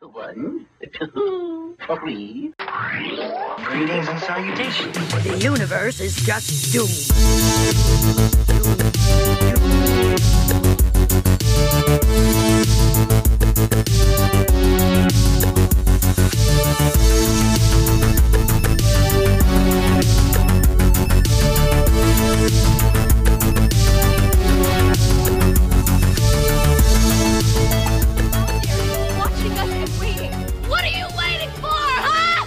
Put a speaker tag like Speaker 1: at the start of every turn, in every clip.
Speaker 1: One, two, three.
Speaker 2: Greetings and salutations.
Speaker 3: The universe is just doomed.
Speaker 4: They're watching us and waiting. What are you waiting for, huh?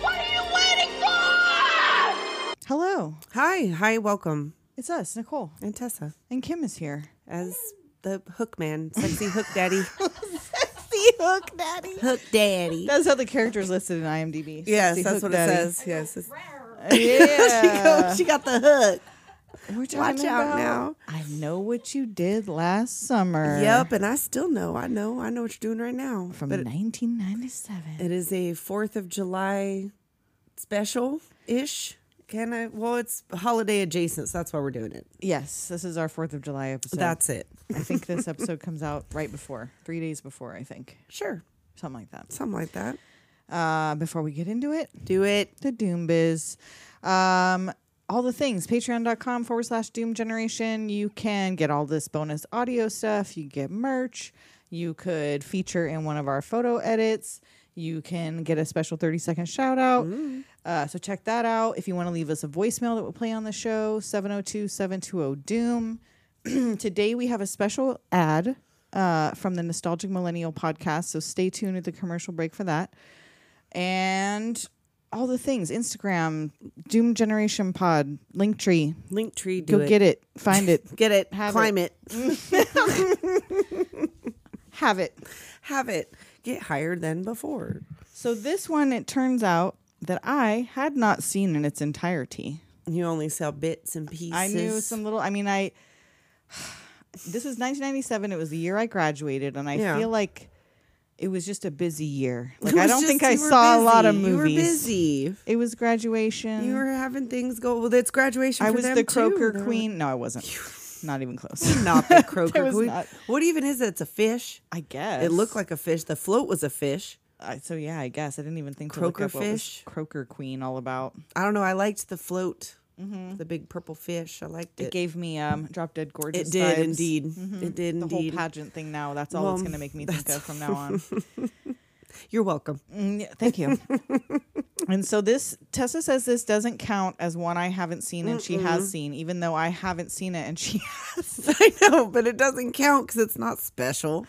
Speaker 4: What are you waiting for?
Speaker 5: Hello,
Speaker 6: Hi, hi, welcome.
Speaker 5: it's us, Nicole,
Speaker 6: And Tessa
Speaker 5: and Kim is here.
Speaker 6: as the hook man, sexy hook daddy,
Speaker 5: Sexy Hook Daddy.
Speaker 6: hook daddy.
Speaker 5: That's how the character's listed in IMDb.
Speaker 6: Yes,
Speaker 5: Sexy
Speaker 6: that's
Speaker 5: Hook
Speaker 6: what
Speaker 5: Daddy.
Speaker 6: it says. Yes, it's- she,
Speaker 5: Yeah,
Speaker 6: go- she got the hook.
Speaker 5: We're talking
Speaker 6: Watch out
Speaker 5: about-
Speaker 6: now.
Speaker 5: I know what you did last summer.
Speaker 6: Yep, and I still know. I know. I know what you're doing right now.
Speaker 5: from
Speaker 6: but
Speaker 5: 1997.
Speaker 6: it is a Fourth of July special ish. Can I? Well, it's holiday adjacent, so that's why we're doing it.
Speaker 5: yes, this is our Fourth of July episode.
Speaker 6: that's it.
Speaker 5: I think this episode comes out right before, three days before. I think
Speaker 6: Sure,
Speaker 5: something like that.
Speaker 6: something like that.
Speaker 5: Uh, before we get into it,
Speaker 6: Do it.
Speaker 5: the Doom Biz. Um, all the things, patreon.com forward slash Doom Generation. You can get all this bonus audio stuff. You get merch. You could feature in one of our photo edits. You can get a special 30 second shout out. Uh, so check that out. If you want to leave us a voicemail that will play on the show, 702 720 Doom. Today we have a special ad uh, from the Nostalgic Millennial podcast. So stay tuned at the commercial break for that and all the things Instagram, Doom Generation Pod, Linktree.
Speaker 6: Link tree. Do
Speaker 5: Go get it, find it,
Speaker 6: Get it.
Speaker 5: Have
Speaker 6: Climb it.
Speaker 5: have it.
Speaker 6: Have it. Get higher than before.
Speaker 5: So, this one, it turns out that I had not seen in its entirety.
Speaker 6: You only sell bits and pieces.
Speaker 5: I knew some little, I mean, I, this was 1997. It was the year I graduated, and I
Speaker 6: Yeah.
Speaker 5: feel like it was just a busy year. Like,
Speaker 6: It
Speaker 5: I
Speaker 6: was
Speaker 5: don't
Speaker 6: just
Speaker 5: think I
Speaker 6: you were
Speaker 5: saw a lot of
Speaker 6: busy.
Speaker 5: movies.
Speaker 6: You were busy.
Speaker 5: It was graduation.
Speaker 6: You were having things go. Well, it's graduation.
Speaker 5: I
Speaker 6: for
Speaker 5: was
Speaker 6: them
Speaker 5: the
Speaker 6: too.
Speaker 5: croaker
Speaker 6: They're
Speaker 5: queen. No, I wasn't. Not even close.
Speaker 6: like, Not the croaker
Speaker 5: was
Speaker 6: queen.
Speaker 5: not-
Speaker 6: What even is it? It's a fish.
Speaker 5: I guess
Speaker 6: It looked like a fish. The float was a fish.
Speaker 5: I, so yeah, I guess I didn't even think
Speaker 6: Croaker
Speaker 5: to look up what was
Speaker 6: fish?
Speaker 5: croaker queen all about.
Speaker 6: I don't know. I liked the float. The big purple fish. I liked
Speaker 5: Mm-hmm. It,
Speaker 6: it.
Speaker 5: gave me um drop dead gorgeous.
Speaker 6: It did
Speaker 5: vibes. Mm-hmm.
Speaker 6: indeed. It did
Speaker 5: The
Speaker 6: indeed.
Speaker 5: whole pageant thing now. That's all it's
Speaker 6: Well,
Speaker 5: going to make me think of from now on.
Speaker 6: You're welcome.
Speaker 5: Mm, yeah, thank you. and so this Tessa says this doesn't count as one I haven't seen and she has seen, even though I haven't seen it and she has.
Speaker 6: I know, but it doesn't count because it's not special.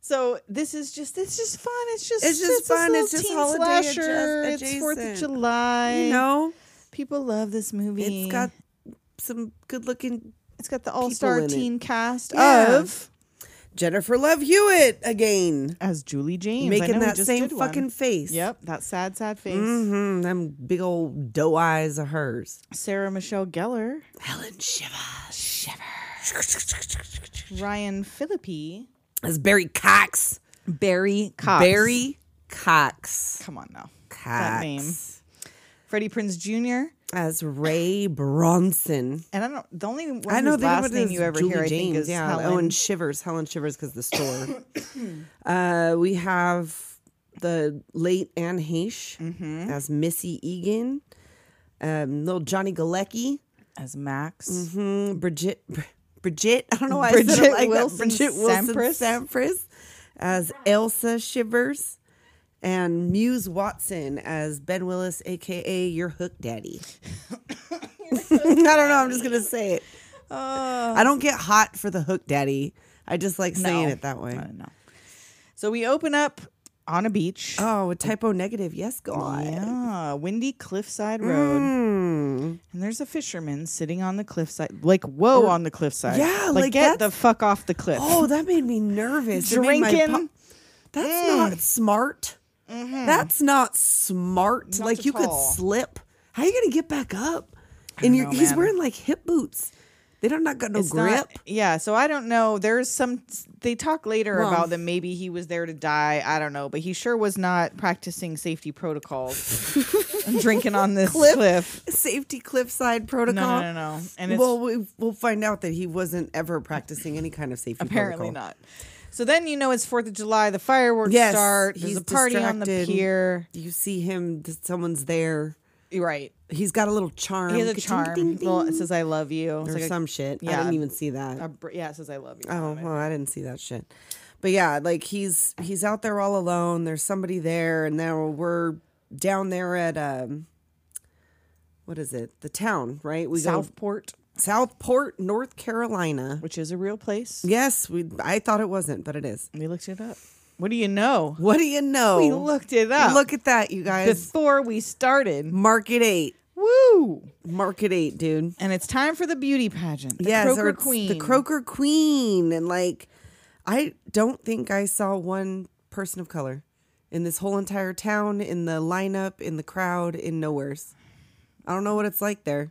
Speaker 5: So this is just it's just fun. It's just
Speaker 6: It's just
Speaker 5: this
Speaker 6: fun.
Speaker 5: little
Speaker 6: It's just
Speaker 5: teen
Speaker 6: holiday adjust-
Speaker 5: slasher. It's Fourth of
Speaker 6: adjacent.
Speaker 5: July.
Speaker 6: You know,
Speaker 5: people love this movie.
Speaker 6: it's got some good-looking
Speaker 5: it's got the all star
Speaker 6: in it.
Speaker 5: teen cast
Speaker 6: Yeah.
Speaker 5: of
Speaker 6: Jennifer Love Hewitt again,
Speaker 5: as Julie James, I know
Speaker 6: making
Speaker 5: we
Speaker 6: that
Speaker 5: just
Speaker 6: same
Speaker 5: did one.
Speaker 6: fucking face.
Speaker 5: Yep, that sad, sad face.
Speaker 6: Mm, them big old doe eyes of hers.
Speaker 5: Sarah Michelle Gellar,
Speaker 6: Helen Shiva. Shiver.
Speaker 5: Ryan Philippi,
Speaker 6: That's Barry Cox.
Speaker 5: Barry Cox,
Speaker 6: Barry Cox.
Speaker 5: Come on now,
Speaker 6: Cox.
Speaker 5: name. Freddie Prince Jr.
Speaker 6: As Ray Bronson.
Speaker 5: And I don't. The only one
Speaker 6: I know
Speaker 5: whose
Speaker 6: the
Speaker 5: last name you ever
Speaker 6: Julie
Speaker 5: hear, I
Speaker 6: James.
Speaker 5: think, is
Speaker 6: yeah.
Speaker 5: Helen.
Speaker 6: Oh, and Shivers. Helen Shivers because the store. uh, we have the late Anne Heche
Speaker 5: Mm-hmm.
Speaker 6: as Missy Egan. Um, little Johnny Galecki.
Speaker 5: as Max.
Speaker 6: Mm, Bridget, Br- Bridget, I don't know why I said
Speaker 5: Bridget
Speaker 6: it like
Speaker 5: Wilson
Speaker 6: that. Bridget Wilson
Speaker 5: Sampras.
Speaker 6: Sampras. as Elsa Shivers, and Muse Watson as Ben Willis, aka Your Hook Daddy. I don't know. I'm just gonna say it.
Speaker 5: Oh,
Speaker 6: I don't get hot for the Hook Daddy. I just like saying
Speaker 5: No.
Speaker 6: it that way.
Speaker 5: I don't know. So we open up on a beach.
Speaker 6: Oh, a typo negative. Yes, God.
Speaker 5: Yeah, windy cliffside
Speaker 6: Mm.
Speaker 5: road.
Speaker 6: Hmm.
Speaker 5: And there's a fisherman sitting on the cliffside, like whoa on the cliffside.
Speaker 6: Yeah,
Speaker 5: like,
Speaker 6: like,
Speaker 5: get the
Speaker 6: that's-
Speaker 5: fuck off the cliff.
Speaker 6: Oh, that made me nervous. It made my
Speaker 5: Drinking. Mm. Mm-hmm.
Speaker 6: pop- That's not smart. That's not smart.
Speaker 5: Not
Speaker 6: like
Speaker 5: at
Speaker 6: you
Speaker 5: all.
Speaker 6: could slip. How are you gonna get back up? And you're
Speaker 5: know,
Speaker 6: he's
Speaker 5: man.
Speaker 6: wearing like hip boots. They don't not got no
Speaker 5: It's
Speaker 6: grip.
Speaker 5: not- yeah, so I don't know. There's some. They talk later
Speaker 6: Well.
Speaker 5: about that maybe he was there to die. I don't know, but he sure was not practicing safety protocols. and drinking on this cliff.
Speaker 6: Cliff. Safety cliffside protocol.
Speaker 5: e- no, no, no. And it's-
Speaker 6: well, we, we'll find out that he wasn't ever practicing any kind of safety.
Speaker 5: Apparently
Speaker 6: protocol.
Speaker 5: not. So then you know it's Fourth of July. The fireworks
Speaker 6: Yes,
Speaker 5: start. There's
Speaker 6: he's
Speaker 5: a party on the
Speaker 6: distracted.
Speaker 5: pier.
Speaker 6: You see him, th- someone's there.
Speaker 5: You're right.
Speaker 6: He's got a little charm.
Speaker 5: He has a
Speaker 6: Ka-ting,
Speaker 5: charm.
Speaker 6: Um, ding,
Speaker 5: Well,
Speaker 6: ding,
Speaker 5: it says "I love you." It's
Speaker 6: or
Speaker 5: like a-
Speaker 6: some shit. I
Speaker 5: yeah.
Speaker 6: didn't even see that.
Speaker 5: a br- yeah, it says "I love you."
Speaker 6: Oh well, I didn't see that shit. But yeah, like he's he's out there all alone. There's somebody there, and now we're down there at um, what is it? The town, right? We
Speaker 5: Southport,
Speaker 6: go Southport, North Carolina.
Speaker 5: which is a real place.
Speaker 6: Yes, we. I thought it wasn't, but it is.
Speaker 5: We looked it up. What do you know?
Speaker 6: What do you know?
Speaker 5: We looked it up.
Speaker 6: Look at that, you guys.
Speaker 5: before we started.
Speaker 6: Market eight,
Speaker 5: Woo!
Speaker 6: market eight, dude.
Speaker 5: And it's time for the beauty pageant. The
Speaker 6: yes, or
Speaker 5: Croaker
Speaker 6: it's
Speaker 5: Queen.
Speaker 6: the Croaker Queen, and like, I don't think I saw one person of color in this whole entire town, in the lineup, in the crowd, in nowheres. I don't know what it's like there.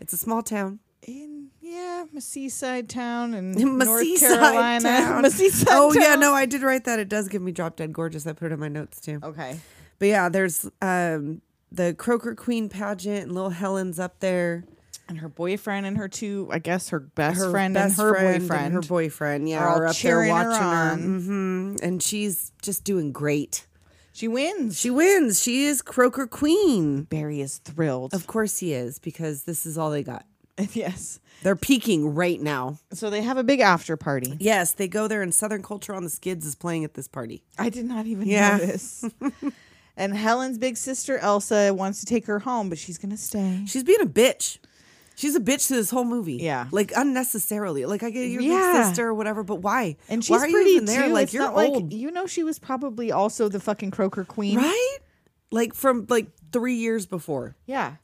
Speaker 6: It's a small town.
Speaker 5: in yeah, a seaside town in
Speaker 6: My
Speaker 5: North
Speaker 6: seaside
Speaker 5: Carolina.
Speaker 6: town.
Speaker 5: A seaside
Speaker 6: oh yeah,
Speaker 5: town.
Speaker 6: no, I did write that. It does give me drop dead gorgeous. I put it in my notes too.
Speaker 5: Okay.
Speaker 6: But yeah, there's um the Croaker Queen pageant, and little Helen's up there.
Speaker 5: And her boyfriend and her two, I guess her best
Speaker 6: her
Speaker 5: friend
Speaker 6: best
Speaker 5: and her
Speaker 6: friend
Speaker 5: boyfriend.
Speaker 6: and her boyfriend, yeah,
Speaker 5: are all
Speaker 6: are up there
Speaker 5: cheering her
Speaker 6: watching her,
Speaker 5: on.
Speaker 6: hmm and she's just doing great.
Speaker 5: she wins.
Speaker 6: She wins. She is Croaker Queen.
Speaker 5: Barry is thrilled.
Speaker 6: Of course he is because this is all they got.
Speaker 5: yes.
Speaker 6: They're peaking right now.
Speaker 5: So they have a big after party.
Speaker 6: Yes, they go there, and Southern Culture on the Skids is playing at this party.
Speaker 5: I did not even
Speaker 6: Yeah.
Speaker 5: notice. and Helen's big sister Elsa wants to take her home, but she's gonna stay.
Speaker 6: She's being a bitch. She's a bitch to this whole movie.
Speaker 5: Yeah.
Speaker 6: like unnecessarily. Like I get your big
Speaker 5: Yeah.
Speaker 6: sister or whatever, but why?
Speaker 5: And she's
Speaker 6: why are
Speaker 5: pretty
Speaker 6: you even there?
Speaker 5: too.
Speaker 6: Like
Speaker 5: It's
Speaker 6: you're
Speaker 5: not
Speaker 6: old,
Speaker 5: Like, you know, she was probably also the fucking croaker queen,
Speaker 6: right? Like from like three years before.
Speaker 5: Yeah.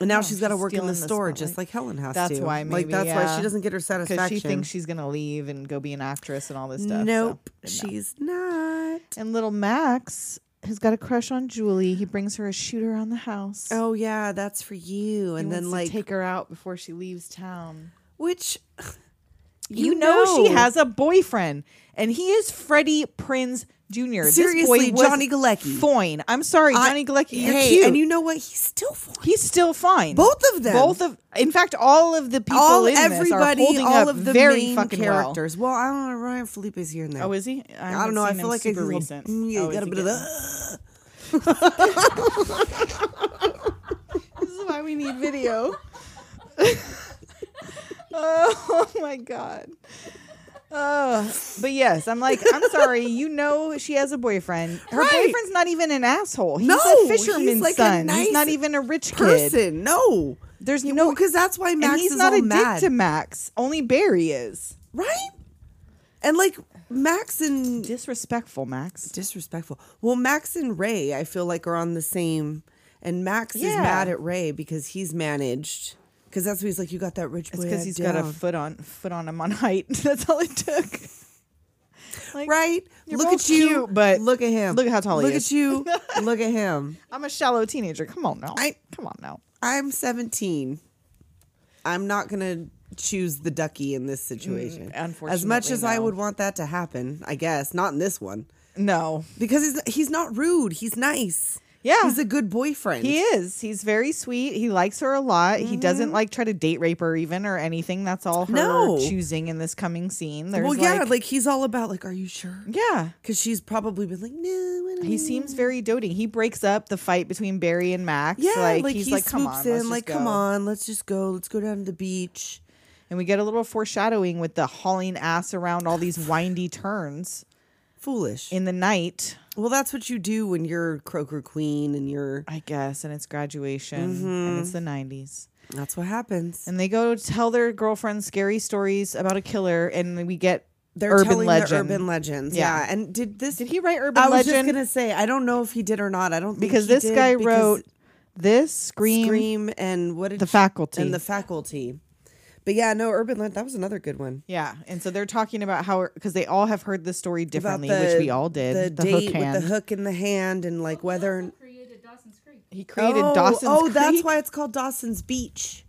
Speaker 6: And now
Speaker 5: know,
Speaker 6: she's got to
Speaker 5: she's
Speaker 6: work in
Speaker 5: stealing
Speaker 6: the
Speaker 5: the
Speaker 6: store just like
Speaker 5: spotlight.
Speaker 6: Helen has
Speaker 5: That's
Speaker 6: to.
Speaker 5: why
Speaker 6: like
Speaker 5: maybe,
Speaker 6: that's why
Speaker 5: yeah.
Speaker 6: she doesn't get her
Speaker 5: Because
Speaker 6: satisfaction.
Speaker 5: she thinks she's gonna leave and go be an actress and all this stuff. so,
Speaker 6: nope,
Speaker 5: no.
Speaker 6: she's not.
Speaker 5: And little Max has got a crush on Julie. He brings her a shooter on the house.
Speaker 6: Oh yeah, that's for you.
Speaker 5: He
Speaker 6: And then
Speaker 5: wants to
Speaker 6: like
Speaker 5: take her out before she leaves town.
Speaker 6: which
Speaker 5: You, know, she has a boyfriend, and he is Freddie Prinz Jr.
Speaker 6: Seriously,
Speaker 5: this boy was
Speaker 6: Johnny Galecki.
Speaker 5: Fine. I'm sorry,
Speaker 6: I-
Speaker 5: Johnny Galecki. You're
Speaker 6: hey,
Speaker 5: cute.
Speaker 6: and you know what? He's still fine.
Speaker 5: He's still fine.
Speaker 6: Both of them.
Speaker 5: Both of. In fact, all of the people
Speaker 6: all
Speaker 5: in
Speaker 6: everybody,
Speaker 5: this are holding
Speaker 6: all
Speaker 5: up
Speaker 6: of the
Speaker 5: very
Speaker 6: main
Speaker 5: fucking
Speaker 6: characters. Well. I don't know. Ryan Felipe's here and there.
Speaker 5: Well. Oh, is he? I,
Speaker 6: I don't
Speaker 5: haven't
Speaker 6: know. I
Speaker 5: seen
Speaker 6: feel
Speaker 5: him
Speaker 6: like
Speaker 5: super
Speaker 6: I
Speaker 5: recent.
Speaker 6: Mm, yeah,
Speaker 5: Oh, is
Speaker 6: got a
Speaker 5: he
Speaker 6: bit of
Speaker 5: getting-
Speaker 6: that.
Speaker 5: This is why we need video. oh my god. Oh, but yes, I'm like, I'm sorry. You know, she has a boyfriend. Her
Speaker 6: Right.
Speaker 5: boyfriend's not even an asshole. He's
Speaker 6: No,
Speaker 5: a fisherman's
Speaker 6: he's like a
Speaker 5: son.
Speaker 6: nice
Speaker 5: he's not even a rich kid.
Speaker 6: Person, no.
Speaker 5: There's
Speaker 6: You
Speaker 5: no-
Speaker 6: because that's why Max
Speaker 5: and he's
Speaker 6: is
Speaker 5: not
Speaker 6: all
Speaker 5: a
Speaker 6: mad.
Speaker 5: dick to Max. Only Barry is
Speaker 6: Right? And like Max and
Speaker 5: disrespectful. Max.
Speaker 6: disrespectful. Well, Max and Ray, I feel like are on the same. And Max is
Speaker 5: Yeah.
Speaker 6: mad at Ray because he's managed. Because that's what he's like. You got that rich boy.
Speaker 5: It's because
Speaker 6: he's
Speaker 5: he's got a foot on foot on him on height. That's all it took. Like,
Speaker 6: right.
Speaker 5: You're
Speaker 6: look
Speaker 5: both
Speaker 6: at you,
Speaker 5: cute, but
Speaker 6: look at him.
Speaker 5: look at how tall he
Speaker 6: Look
Speaker 5: is.
Speaker 6: at you. look at him.
Speaker 5: I'm a shallow teenager. Come on now.
Speaker 6: I-
Speaker 5: Come on now.
Speaker 6: I'm 17. I'm not gonna choose the ducky in this situation. as much
Speaker 5: Mm, unfortunately,
Speaker 6: as I
Speaker 5: no.
Speaker 6: would want that to happen, I guess not in this one
Speaker 5: No.
Speaker 6: because he's he's not rude. He's nice.
Speaker 5: Yeah.
Speaker 6: he's a good boyfriend.
Speaker 5: He is. He's very sweet. He likes her a lot. He doesn't like try to date rape her even or anything. That's all her
Speaker 6: No.
Speaker 5: choosing in this coming scene. There's
Speaker 6: well, yeah,
Speaker 5: like,
Speaker 6: like he's all about like, are you sure?
Speaker 5: yeah.
Speaker 6: Because she's probably been like, no. I don't know."
Speaker 5: He seems very doting. He breaks up the fight between Barry and Max.
Speaker 6: Yeah,
Speaker 5: like, he's
Speaker 6: he
Speaker 5: like,
Speaker 6: swoops
Speaker 5: come on,
Speaker 6: in,
Speaker 5: let's just
Speaker 6: like, come
Speaker 5: go."
Speaker 6: on, let's just go, let's go down to the beach.
Speaker 5: And we get a little foreshadowing with the hauling ass around all these windy turns
Speaker 6: Foolish.
Speaker 5: in the night,
Speaker 6: well, that's what you do when you're Croaker Queen and you're.
Speaker 5: I guess. And it's graduation, and
Speaker 6: Mm-hmm.
Speaker 5: it's the '90s.
Speaker 6: That's what happens.
Speaker 5: And they go tell their girlfriends scary stories about a killer, and we get
Speaker 6: They're
Speaker 5: urban
Speaker 6: telling
Speaker 5: legend.
Speaker 6: the urban legends. Yeah.
Speaker 5: Yeah.
Speaker 6: And did this?
Speaker 5: Did he write urban
Speaker 6: I was
Speaker 5: legend?
Speaker 6: just gonna say I don't know if he did or not. I don't think
Speaker 5: because
Speaker 6: he
Speaker 5: this
Speaker 6: did
Speaker 5: guy
Speaker 6: because
Speaker 5: wrote this scream,
Speaker 6: Scream, and what did
Speaker 5: the
Speaker 6: she-
Speaker 5: faculty
Speaker 6: and the faculty. But yeah, no, urban legend. That was another good one.
Speaker 5: yeah and so they're talking about how because they all have heard this story
Speaker 6: About
Speaker 5: differently which we all did
Speaker 6: The,
Speaker 5: the,
Speaker 6: date
Speaker 5: hook
Speaker 6: with
Speaker 5: hand
Speaker 6: the hook in the hand and like whether
Speaker 7: created Dawson's Creek.
Speaker 5: he created
Speaker 6: oh,
Speaker 5: dawson's
Speaker 6: Oh, that's
Speaker 5: Creek.
Speaker 6: why it's called Dawson's Beach.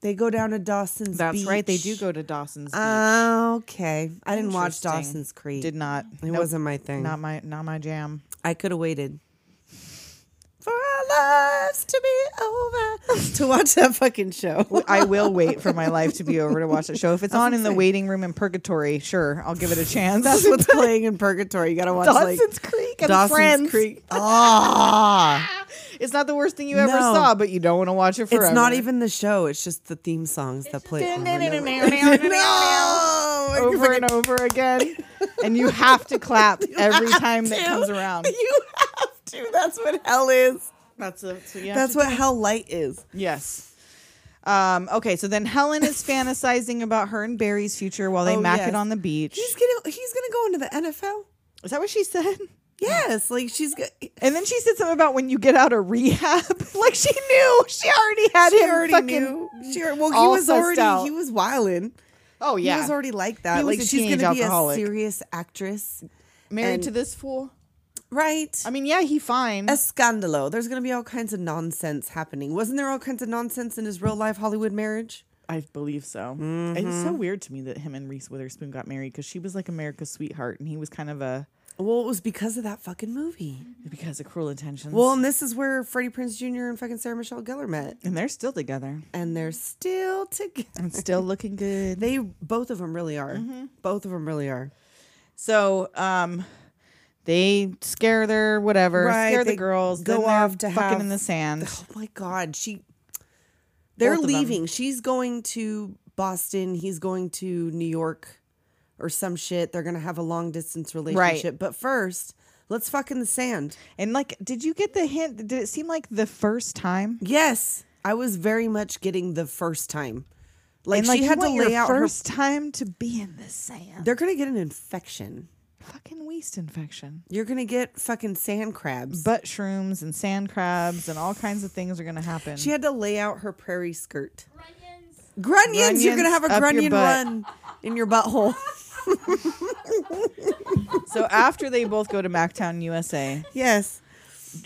Speaker 6: They go down to Dawson's.
Speaker 5: that's
Speaker 6: Beach.
Speaker 5: right they do go to dawson's Beach.
Speaker 6: Oh, okay. I didn't watch
Speaker 5: Interesting.
Speaker 6: Dawson's Creek.
Speaker 5: did not
Speaker 6: It wasn't my thing.
Speaker 5: not my not my jam
Speaker 6: I could have waited. For our lives to be over to watch that fucking show.
Speaker 5: I will wait for my life to be over to watch the show. If it's on in the waiting room in Purgatory, sure, I'll give it a chance.
Speaker 6: That's what's playing in Purgatory. You gotta watch
Speaker 5: Dawson's
Speaker 6: like
Speaker 5: Creek and
Speaker 6: Dawson's
Speaker 5: Friends.
Speaker 6: Creek. Ah,
Speaker 5: It's not the worst thing you ever
Speaker 6: No.
Speaker 5: saw, but you don't want to watch it forever.
Speaker 6: it's not even the show. It's just the theme songs that play. over and over. No,
Speaker 5: over and over again. And you have to clap every time that comes around.
Speaker 6: You have to. That's what hell is.
Speaker 5: That's a, so you have
Speaker 6: That's
Speaker 5: to
Speaker 6: what hell light is.
Speaker 5: Yes. Um, okay, so then Helen is fantasizing about her and Barry's future while they
Speaker 6: Oh,
Speaker 5: mack
Speaker 6: yes.
Speaker 5: it on the beach.
Speaker 6: He's gonna he's gonna go into the NFL.
Speaker 5: Is that what she said?
Speaker 6: Yes, like she's go-
Speaker 5: And then she said something about when you get out of rehab. like she knew. She already had
Speaker 6: she
Speaker 5: him
Speaker 6: already
Speaker 5: fucking.
Speaker 6: knew. She, well, he
Speaker 5: all
Speaker 6: was
Speaker 5: sussed
Speaker 6: already
Speaker 5: out.
Speaker 6: he was wildin'.
Speaker 5: Oh yeah.
Speaker 6: He was already like
Speaker 5: He
Speaker 6: that.
Speaker 5: was
Speaker 6: Like
Speaker 5: a
Speaker 6: she's
Speaker 5: teenage
Speaker 6: gonna
Speaker 5: alcoholic.
Speaker 6: be a serious actress,
Speaker 5: married
Speaker 6: and-
Speaker 5: to this fool.
Speaker 6: right?
Speaker 5: I mean, yeah, he fine.
Speaker 6: a scandalo. There's gonna be all kinds of nonsense happening. Wasn't there all kinds of nonsense in his real life Hollywood marriage?
Speaker 5: I believe so.
Speaker 6: Mm-hmm.
Speaker 5: It's so weird to me that him and Reese Witherspoon got married because she was like America's sweetheart, and he was kind of a
Speaker 6: Well, it was because of that fucking movie.
Speaker 5: because of cruel intentions.
Speaker 6: Well, and this is where Freddie Prince Jr. and fucking Sarah Michelle Gellar met,
Speaker 5: and they're still together
Speaker 6: and they're still together.
Speaker 5: and still looking good.
Speaker 6: They both of them really are.
Speaker 5: Mm-hmm.
Speaker 6: Both of them really are.
Speaker 5: So, um, they scare their whatever,
Speaker 6: Right,
Speaker 5: scare the
Speaker 6: they
Speaker 5: girls,
Speaker 6: go
Speaker 5: then they're
Speaker 6: off to
Speaker 5: fucking
Speaker 6: have-
Speaker 5: in the sand.
Speaker 6: Oh my God, she. They're
Speaker 5: Both of them.
Speaker 6: leaving. She's going to Boston. He's going to New York, or some shit. They're gonna have a long distance relationship. But first, let's fuck in the sand.
Speaker 5: And like, did you get the hint? Did it seem like the first time?
Speaker 6: Yes, I was very much getting the first time. Like,
Speaker 5: and like,
Speaker 6: she
Speaker 5: you
Speaker 6: had to
Speaker 5: want your
Speaker 6: lay out her.
Speaker 5: first time to be in the sand.
Speaker 6: They're gonna get an infection.
Speaker 5: fucking waist infection.
Speaker 6: You're gonna get fucking sand crabs.
Speaker 5: Butt shrooms and sand crabs and all kinds of things are gonna happen.
Speaker 6: She had to ley out her prairie skirt. Grunions. Grunions. You're gonna have a
Speaker 5: Grunions up your
Speaker 6: grunion
Speaker 5: butt.
Speaker 6: run in your butthole.
Speaker 5: so after they both go to Mactown, USA,
Speaker 6: yes.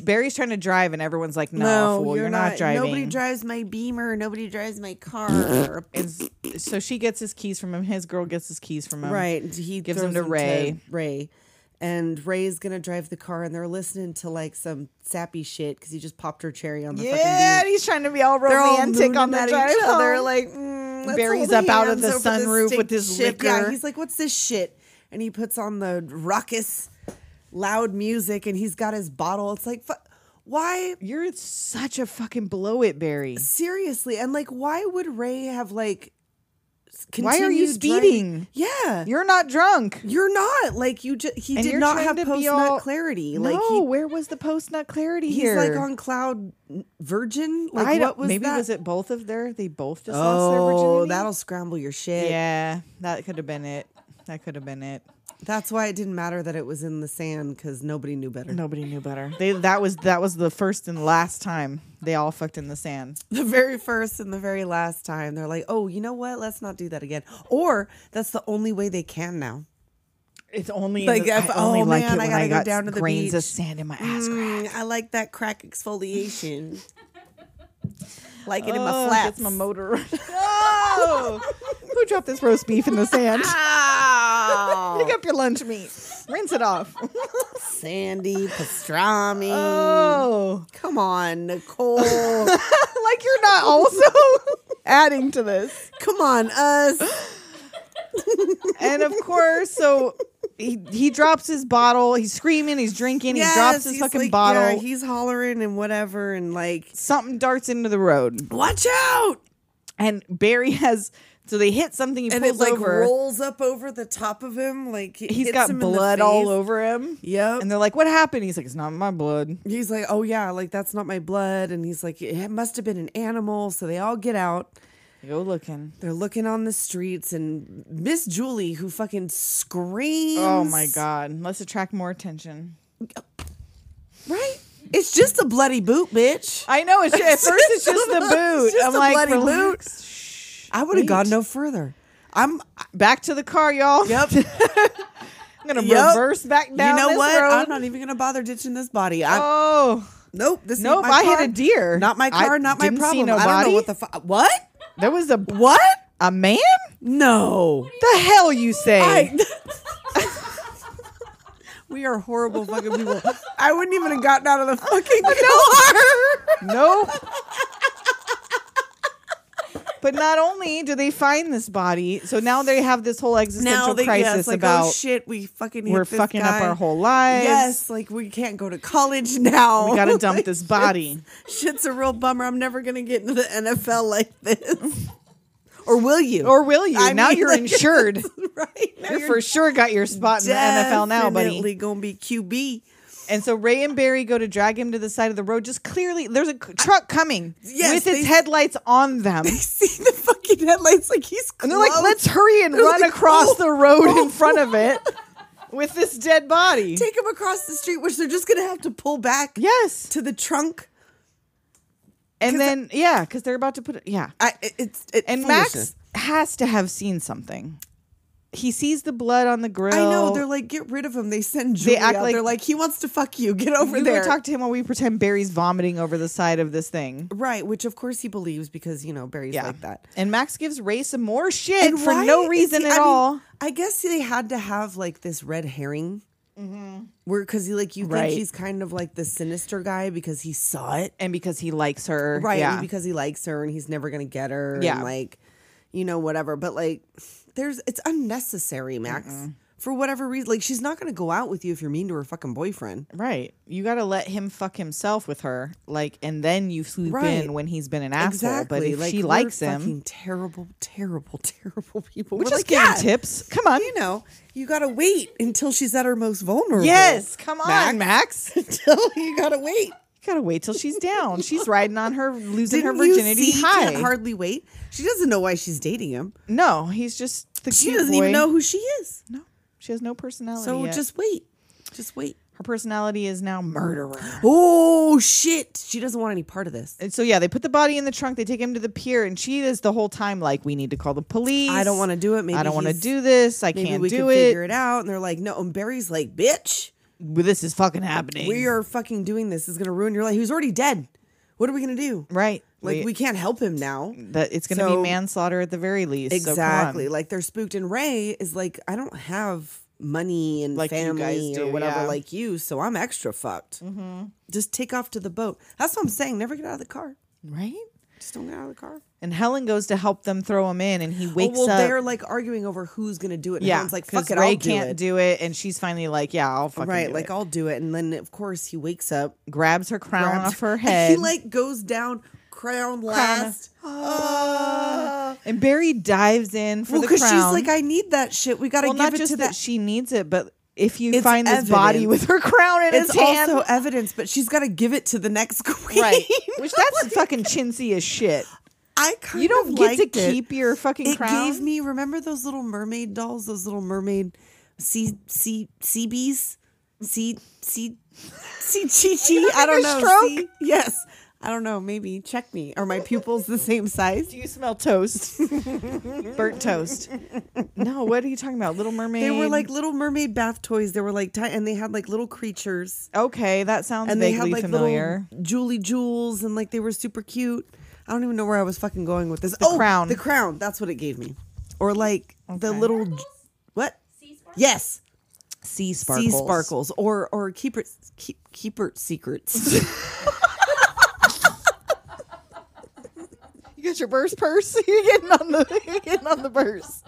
Speaker 5: Barry's trying to drive and everyone's like, "No, fool, you're, not, driving."
Speaker 6: Nobody drives my Beamer. Nobody drives my car.
Speaker 5: And s- so she gets his keys from him. His girl gets his keys from him.
Speaker 6: right. He
Speaker 5: Gives
Speaker 6: throws
Speaker 5: them to Ray.
Speaker 6: Ray. And Ray's gonna drive the car, and they're listening to like some sappy shit because he just popped her cherry on the
Speaker 5: Yeah, and
Speaker 6: fucking beach.
Speaker 5: he's trying to be all
Speaker 6: They're all
Speaker 5: romantic on
Speaker 6: mooning
Speaker 5: the
Speaker 6: at each
Speaker 5: drive
Speaker 6: other,
Speaker 5: home.
Speaker 6: like mm, let's
Speaker 5: Barry's
Speaker 6: hold
Speaker 5: up out of
Speaker 6: hands
Speaker 5: the
Speaker 6: over this
Speaker 5: sunroof
Speaker 6: stink
Speaker 5: with his
Speaker 6: shit. Yeah,
Speaker 5: liquor.
Speaker 6: he's like, "What's this shit?" And he puts on the raucous, loud music, and he's got his bottle. It's like, fu- why?
Speaker 5: You're such a fucking blow it, Barry.
Speaker 6: Seriously, and like, why would Ray have like? s-
Speaker 5: Why are
Speaker 6: continued
Speaker 5: you
Speaker 6: driving-
Speaker 5: speeding?
Speaker 6: Yeah, you're,
Speaker 5: You're not drunk.
Speaker 6: not like you. Just he
Speaker 5: And
Speaker 6: did
Speaker 5: you're
Speaker 6: not
Speaker 5: trying
Speaker 6: have
Speaker 5: to be
Speaker 6: post nut
Speaker 5: all-
Speaker 6: clarity.
Speaker 5: No,
Speaker 6: Like
Speaker 5: where was the post nut clarity
Speaker 6: he, he's
Speaker 5: here?
Speaker 6: like on cloud n- virgin. Like
Speaker 5: I don't-
Speaker 6: what was
Speaker 5: maybe
Speaker 6: that?
Speaker 5: was it both of their? They both just lost their virginity.
Speaker 6: Oh, that'll scramble your shit.
Speaker 5: yeah, that could have been it. That could have been it.
Speaker 6: That's why it didn't matter that it was in the sand because nobody knew better.
Speaker 5: Nobody knew better. They that was that was the first and last time they all fucked in the sand.
Speaker 6: The very first and the very last time, they're like, "Oh, you know what? Let's not do that again." Or that's the only way they can now.
Speaker 5: It's only
Speaker 6: Like,
Speaker 5: like I
Speaker 6: if-
Speaker 5: only
Speaker 6: oh,
Speaker 5: like
Speaker 6: man,
Speaker 5: it
Speaker 6: I
Speaker 5: when I,
Speaker 6: gotta go
Speaker 5: got
Speaker 6: down to the
Speaker 5: grains of
Speaker 6: beach.
Speaker 5: sand in my ass. crack.
Speaker 6: Mm, I like that crack exfoliation. like it in
Speaker 5: Oh,
Speaker 6: my
Speaker 5: it
Speaker 6: flaps.
Speaker 5: Gets my motor. oh, who dropped this roast beef in the sand? Pick
Speaker 6: Ow.
Speaker 5: up your lunch meat. Rinse it off.
Speaker 6: Sandy pastrami.
Speaker 5: oh,
Speaker 6: Come on, Nicole.
Speaker 5: like you're not also adding to this.
Speaker 6: Come on, us.
Speaker 5: And of course, so he he drops his bottle. He's screaming. He's drinking.
Speaker 6: Yes,
Speaker 5: he drops his
Speaker 6: he's
Speaker 5: fucking
Speaker 6: like,
Speaker 5: bottle.
Speaker 6: yeah, he's hollering and whatever, and like,
Speaker 5: Something darts into the road,
Speaker 6: watch out!
Speaker 5: and Barry has. So they hit something. He
Speaker 6: And it
Speaker 5: pulls
Speaker 6: like
Speaker 5: over.
Speaker 6: rolls up over the top of him. Like it
Speaker 5: He's
Speaker 6: hits
Speaker 5: got
Speaker 6: him in the
Speaker 5: blood all
Speaker 6: face.
Speaker 5: over him.
Speaker 6: Yep.
Speaker 5: And they're like, "What happened?" He's like, "It's not my blood."
Speaker 6: he's like, "Oh yeah, like that's not my blood." And he's like, "It must have been an animal." So they all get out.
Speaker 5: Go looking.
Speaker 6: They're looking on the streets, and Miss Julie, who fucking screams.
Speaker 5: Oh my Oh god. Let's attract more attention.
Speaker 6: Right? It's just a bloody boot, bitch.
Speaker 5: I know. It's just, at first, it's just the boot.
Speaker 6: It's just
Speaker 5: I'm
Speaker 6: a
Speaker 5: like,
Speaker 6: bloody boot.
Speaker 5: relax. Shh.
Speaker 6: I would have gone
Speaker 5: Wait.
Speaker 6: no further. I'm.
Speaker 5: Back to the car, y'all.
Speaker 6: Yep.
Speaker 5: I'm gonna
Speaker 6: Yep.
Speaker 5: reverse back
Speaker 6: you
Speaker 5: down.
Speaker 6: know
Speaker 5: this
Speaker 6: what?
Speaker 5: road.
Speaker 6: I'm not even gonna bother ditching this body. I
Speaker 5: Oh
Speaker 6: nope. This ain't
Speaker 5: nope!
Speaker 6: my
Speaker 5: I
Speaker 6: car.
Speaker 5: hit a deer.
Speaker 6: Not my
Speaker 5: I
Speaker 6: car. not my
Speaker 5: didn't see
Speaker 6: problem.
Speaker 5: no
Speaker 6: I don't know
Speaker 5: body.
Speaker 6: what the fu- what?
Speaker 5: There was a
Speaker 6: What?
Speaker 5: a man.
Speaker 6: No.
Speaker 5: The hell you say?
Speaker 6: I-
Speaker 5: We are horrible fucking people.
Speaker 6: I wouldn't even have gotten out of the fucking car.
Speaker 5: Nope. But not only do they find this body, so now they have this whole existential
Speaker 6: Now they
Speaker 5: crisis
Speaker 6: yes, like,
Speaker 5: about
Speaker 6: oh shit, we fucking hit
Speaker 5: we're
Speaker 6: this
Speaker 5: fucking up
Speaker 6: guy.
Speaker 5: our whole lives.
Speaker 6: Yes, like we can't go to college now.
Speaker 5: We got to dump
Speaker 6: Like,
Speaker 5: this body.
Speaker 6: Shit's a real bummer. I'm never gonna get into the NFL like this. or will you?
Speaker 5: Or will you?
Speaker 6: I
Speaker 5: now
Speaker 6: mean,
Speaker 5: you're
Speaker 6: like-
Speaker 5: insured.
Speaker 6: right? Now
Speaker 5: You're for sure got your spot in the NFL now, buddy.
Speaker 6: definitely gonna be QB.
Speaker 5: And so Ray and Barry go to drag him to the side of the road. Just clearly, there's a c- truck coming
Speaker 6: Yes,
Speaker 5: with its
Speaker 6: they-
Speaker 5: headlights on them.
Speaker 6: See the fucking headlights? Like he's.
Speaker 5: And they're like,
Speaker 6: close.
Speaker 5: let's hurry and
Speaker 6: They're
Speaker 5: run
Speaker 6: like,
Speaker 5: across
Speaker 6: oh,
Speaker 5: the road
Speaker 6: oh.
Speaker 5: in front of it with this dead body.
Speaker 6: take him across the street, which they're just gonna have to pull back.
Speaker 5: Yes.
Speaker 6: To the trunk.
Speaker 5: And
Speaker 6: 'cause
Speaker 5: then, yeah, because they're about to put it, yeah.
Speaker 6: I, it- it's it,
Speaker 5: And
Speaker 6: foolishness.
Speaker 5: Max has to have seen something. He sees the blood on the grill.
Speaker 6: I know they're like, get rid of him. They send Julie
Speaker 5: act
Speaker 6: out.
Speaker 5: like-
Speaker 6: they're like, he wants to fuck you. Get over
Speaker 5: you
Speaker 6: there.
Speaker 5: go talk to him while we pretend Barry's vomiting over the side of this thing.
Speaker 6: right, which of course he believes because you know Barry's
Speaker 5: Yeah.
Speaker 6: like that.
Speaker 5: And Max gives Ray some more shit for
Speaker 6: why
Speaker 5: no
Speaker 6: is
Speaker 5: reason
Speaker 6: he-
Speaker 5: at
Speaker 6: I mean,
Speaker 5: all.
Speaker 6: I guess they had to have like this red herring. Where, because like you
Speaker 5: Mm-hmm. Right.
Speaker 6: think he's kind of like the sinister guy because he saw it,
Speaker 5: And because he likes her.
Speaker 6: right?
Speaker 5: Yeah.
Speaker 6: Because he likes her and he's never gonna get her,
Speaker 5: Yeah.
Speaker 6: and like, you know, whatever. But like, there's it's unnecessary, Max, for whatever reason. Like, she's not gonna go out with you if you're mean to her fucking boyfriend.
Speaker 5: right. You got to let him fuck himself with her. Like, and then you swoop
Speaker 6: Right.
Speaker 5: in when he's been an asshole.
Speaker 6: exactly.
Speaker 5: But if
Speaker 6: like,
Speaker 5: she
Speaker 6: we're
Speaker 5: likes him,
Speaker 6: fucking terrible, terrible, terrible people.
Speaker 5: we're
Speaker 6: We're
Speaker 5: just
Speaker 6: like,
Speaker 5: giving
Speaker 6: yeah,
Speaker 5: tips. Come on.
Speaker 6: You know, you gotta wait until she's at her most vulnerable.
Speaker 5: Yes. Come on, Max. You
Speaker 6: until you gotta wait.
Speaker 5: got to wait till she's down. She's riding on her, losing
Speaker 6: Didn't
Speaker 5: her virginity
Speaker 6: you see
Speaker 5: high.
Speaker 6: Can't hardly wait. She doesn't know why she's dating him.
Speaker 5: no, he's just the
Speaker 6: She
Speaker 5: cute
Speaker 6: doesn't
Speaker 5: boy.
Speaker 6: even know who she is.
Speaker 5: No, she has no personality.
Speaker 6: So
Speaker 5: yet.
Speaker 6: just wait. Just wait.
Speaker 5: her personality is now murderer.
Speaker 6: Oh shit! She doesn't want any part of this.
Speaker 5: And so yeah, they put the body in the trunk. They take him to the pier, and she is the whole time like, "We need to call the police.
Speaker 6: I don't want to do it. Maybe
Speaker 5: I don't want to
Speaker 6: he's-
Speaker 5: do this. I
Speaker 6: Maybe
Speaker 5: can't
Speaker 6: we
Speaker 5: do
Speaker 6: can
Speaker 5: it.
Speaker 6: figure it out." And they're like, "No." And Barry's like, "Bitch,
Speaker 5: Well, This is fucking happening.
Speaker 6: we are fucking doing this. It's gonna ruin your life. He was already dead. What are we gonna do?
Speaker 5: right.
Speaker 6: Like we can't help him now."
Speaker 5: that it's going to
Speaker 6: So-
Speaker 5: be manslaughter at the very least. so come on.
Speaker 6: Exactly. like they're spooked, and Ray is like, I don't have money and
Speaker 5: Like you
Speaker 6: family
Speaker 5: guys
Speaker 6: or
Speaker 5: do,
Speaker 6: whatever
Speaker 5: yeah. Mm-hmm.
Speaker 6: like you, so I'm extra fucked. Just take off to the boat. That's what I'm saying. Never get out of the car.
Speaker 5: right.
Speaker 6: Just don't get out of the car.
Speaker 5: And Helen goes to help them throw him in, and he
Speaker 6: Oh,
Speaker 5: wakes
Speaker 6: well,
Speaker 5: up.
Speaker 6: they're like arguing over who's gonna do it. And
Speaker 5: yeah,
Speaker 6: Helen's like,
Speaker 5: 'cause
Speaker 6: fuck it,
Speaker 5: Ray
Speaker 6: I'll do
Speaker 5: can't
Speaker 6: it.
Speaker 5: do it, and she's finally like, "Yeah, I'll fucking
Speaker 6: right,
Speaker 5: do
Speaker 6: like
Speaker 5: it."
Speaker 6: I'll do it. And then of course he wakes up,
Speaker 5: grabs her crown
Speaker 6: grabs-
Speaker 5: off her
Speaker 6: and
Speaker 5: head.
Speaker 6: He like goes down crown last. Ah.
Speaker 5: and Barry dives in for
Speaker 6: Well,
Speaker 5: the
Speaker 6: because
Speaker 5: crown.
Speaker 6: she's like, I need that shit. We gotta
Speaker 5: well,
Speaker 6: give
Speaker 5: not
Speaker 6: it
Speaker 5: just
Speaker 6: to
Speaker 5: that,
Speaker 6: that
Speaker 5: she needs it, but if you
Speaker 6: It's
Speaker 5: find this body
Speaker 6: evidence.
Speaker 5: with her crown in
Speaker 6: it's
Speaker 5: its hand,
Speaker 6: also evidence, but she's got to give it to the next queen.
Speaker 5: right? Which that's fucking chintzy as shit.
Speaker 6: I kind
Speaker 5: You don't
Speaker 6: of
Speaker 5: get to
Speaker 6: liked it.
Speaker 5: keep your fucking
Speaker 6: It
Speaker 5: crown.
Speaker 6: gave me remember those little mermaid dolls, those little mermaid sea sea sea bees, sea sea sea chi chi. I don't know.
Speaker 5: having a stroke?
Speaker 6: sea- yes, I don't know. Maybe check me. Are my pupils the same size?
Speaker 5: Do you smell toast? Burnt toast. No, what are you talking about? Little Mermaid.
Speaker 6: They were like little mermaid bath toys. They were like, ti- and they had like little creatures,
Speaker 5: okay, that sounds
Speaker 6: and they
Speaker 5: vaguely
Speaker 6: had like
Speaker 5: familiar.
Speaker 6: little Julie Jewels, and like they were super cute. I don't even know where I was fucking going with this. oh,
Speaker 5: crown.
Speaker 6: the crown. That's what it gave me, or like the
Speaker 5: Okay.
Speaker 6: little j- what? Yes,
Speaker 5: sea sparkles.
Speaker 6: sea sparkles or or keeper keep keeper secrets.
Speaker 5: You got your burst purse. You're getting on the you're getting on the burst.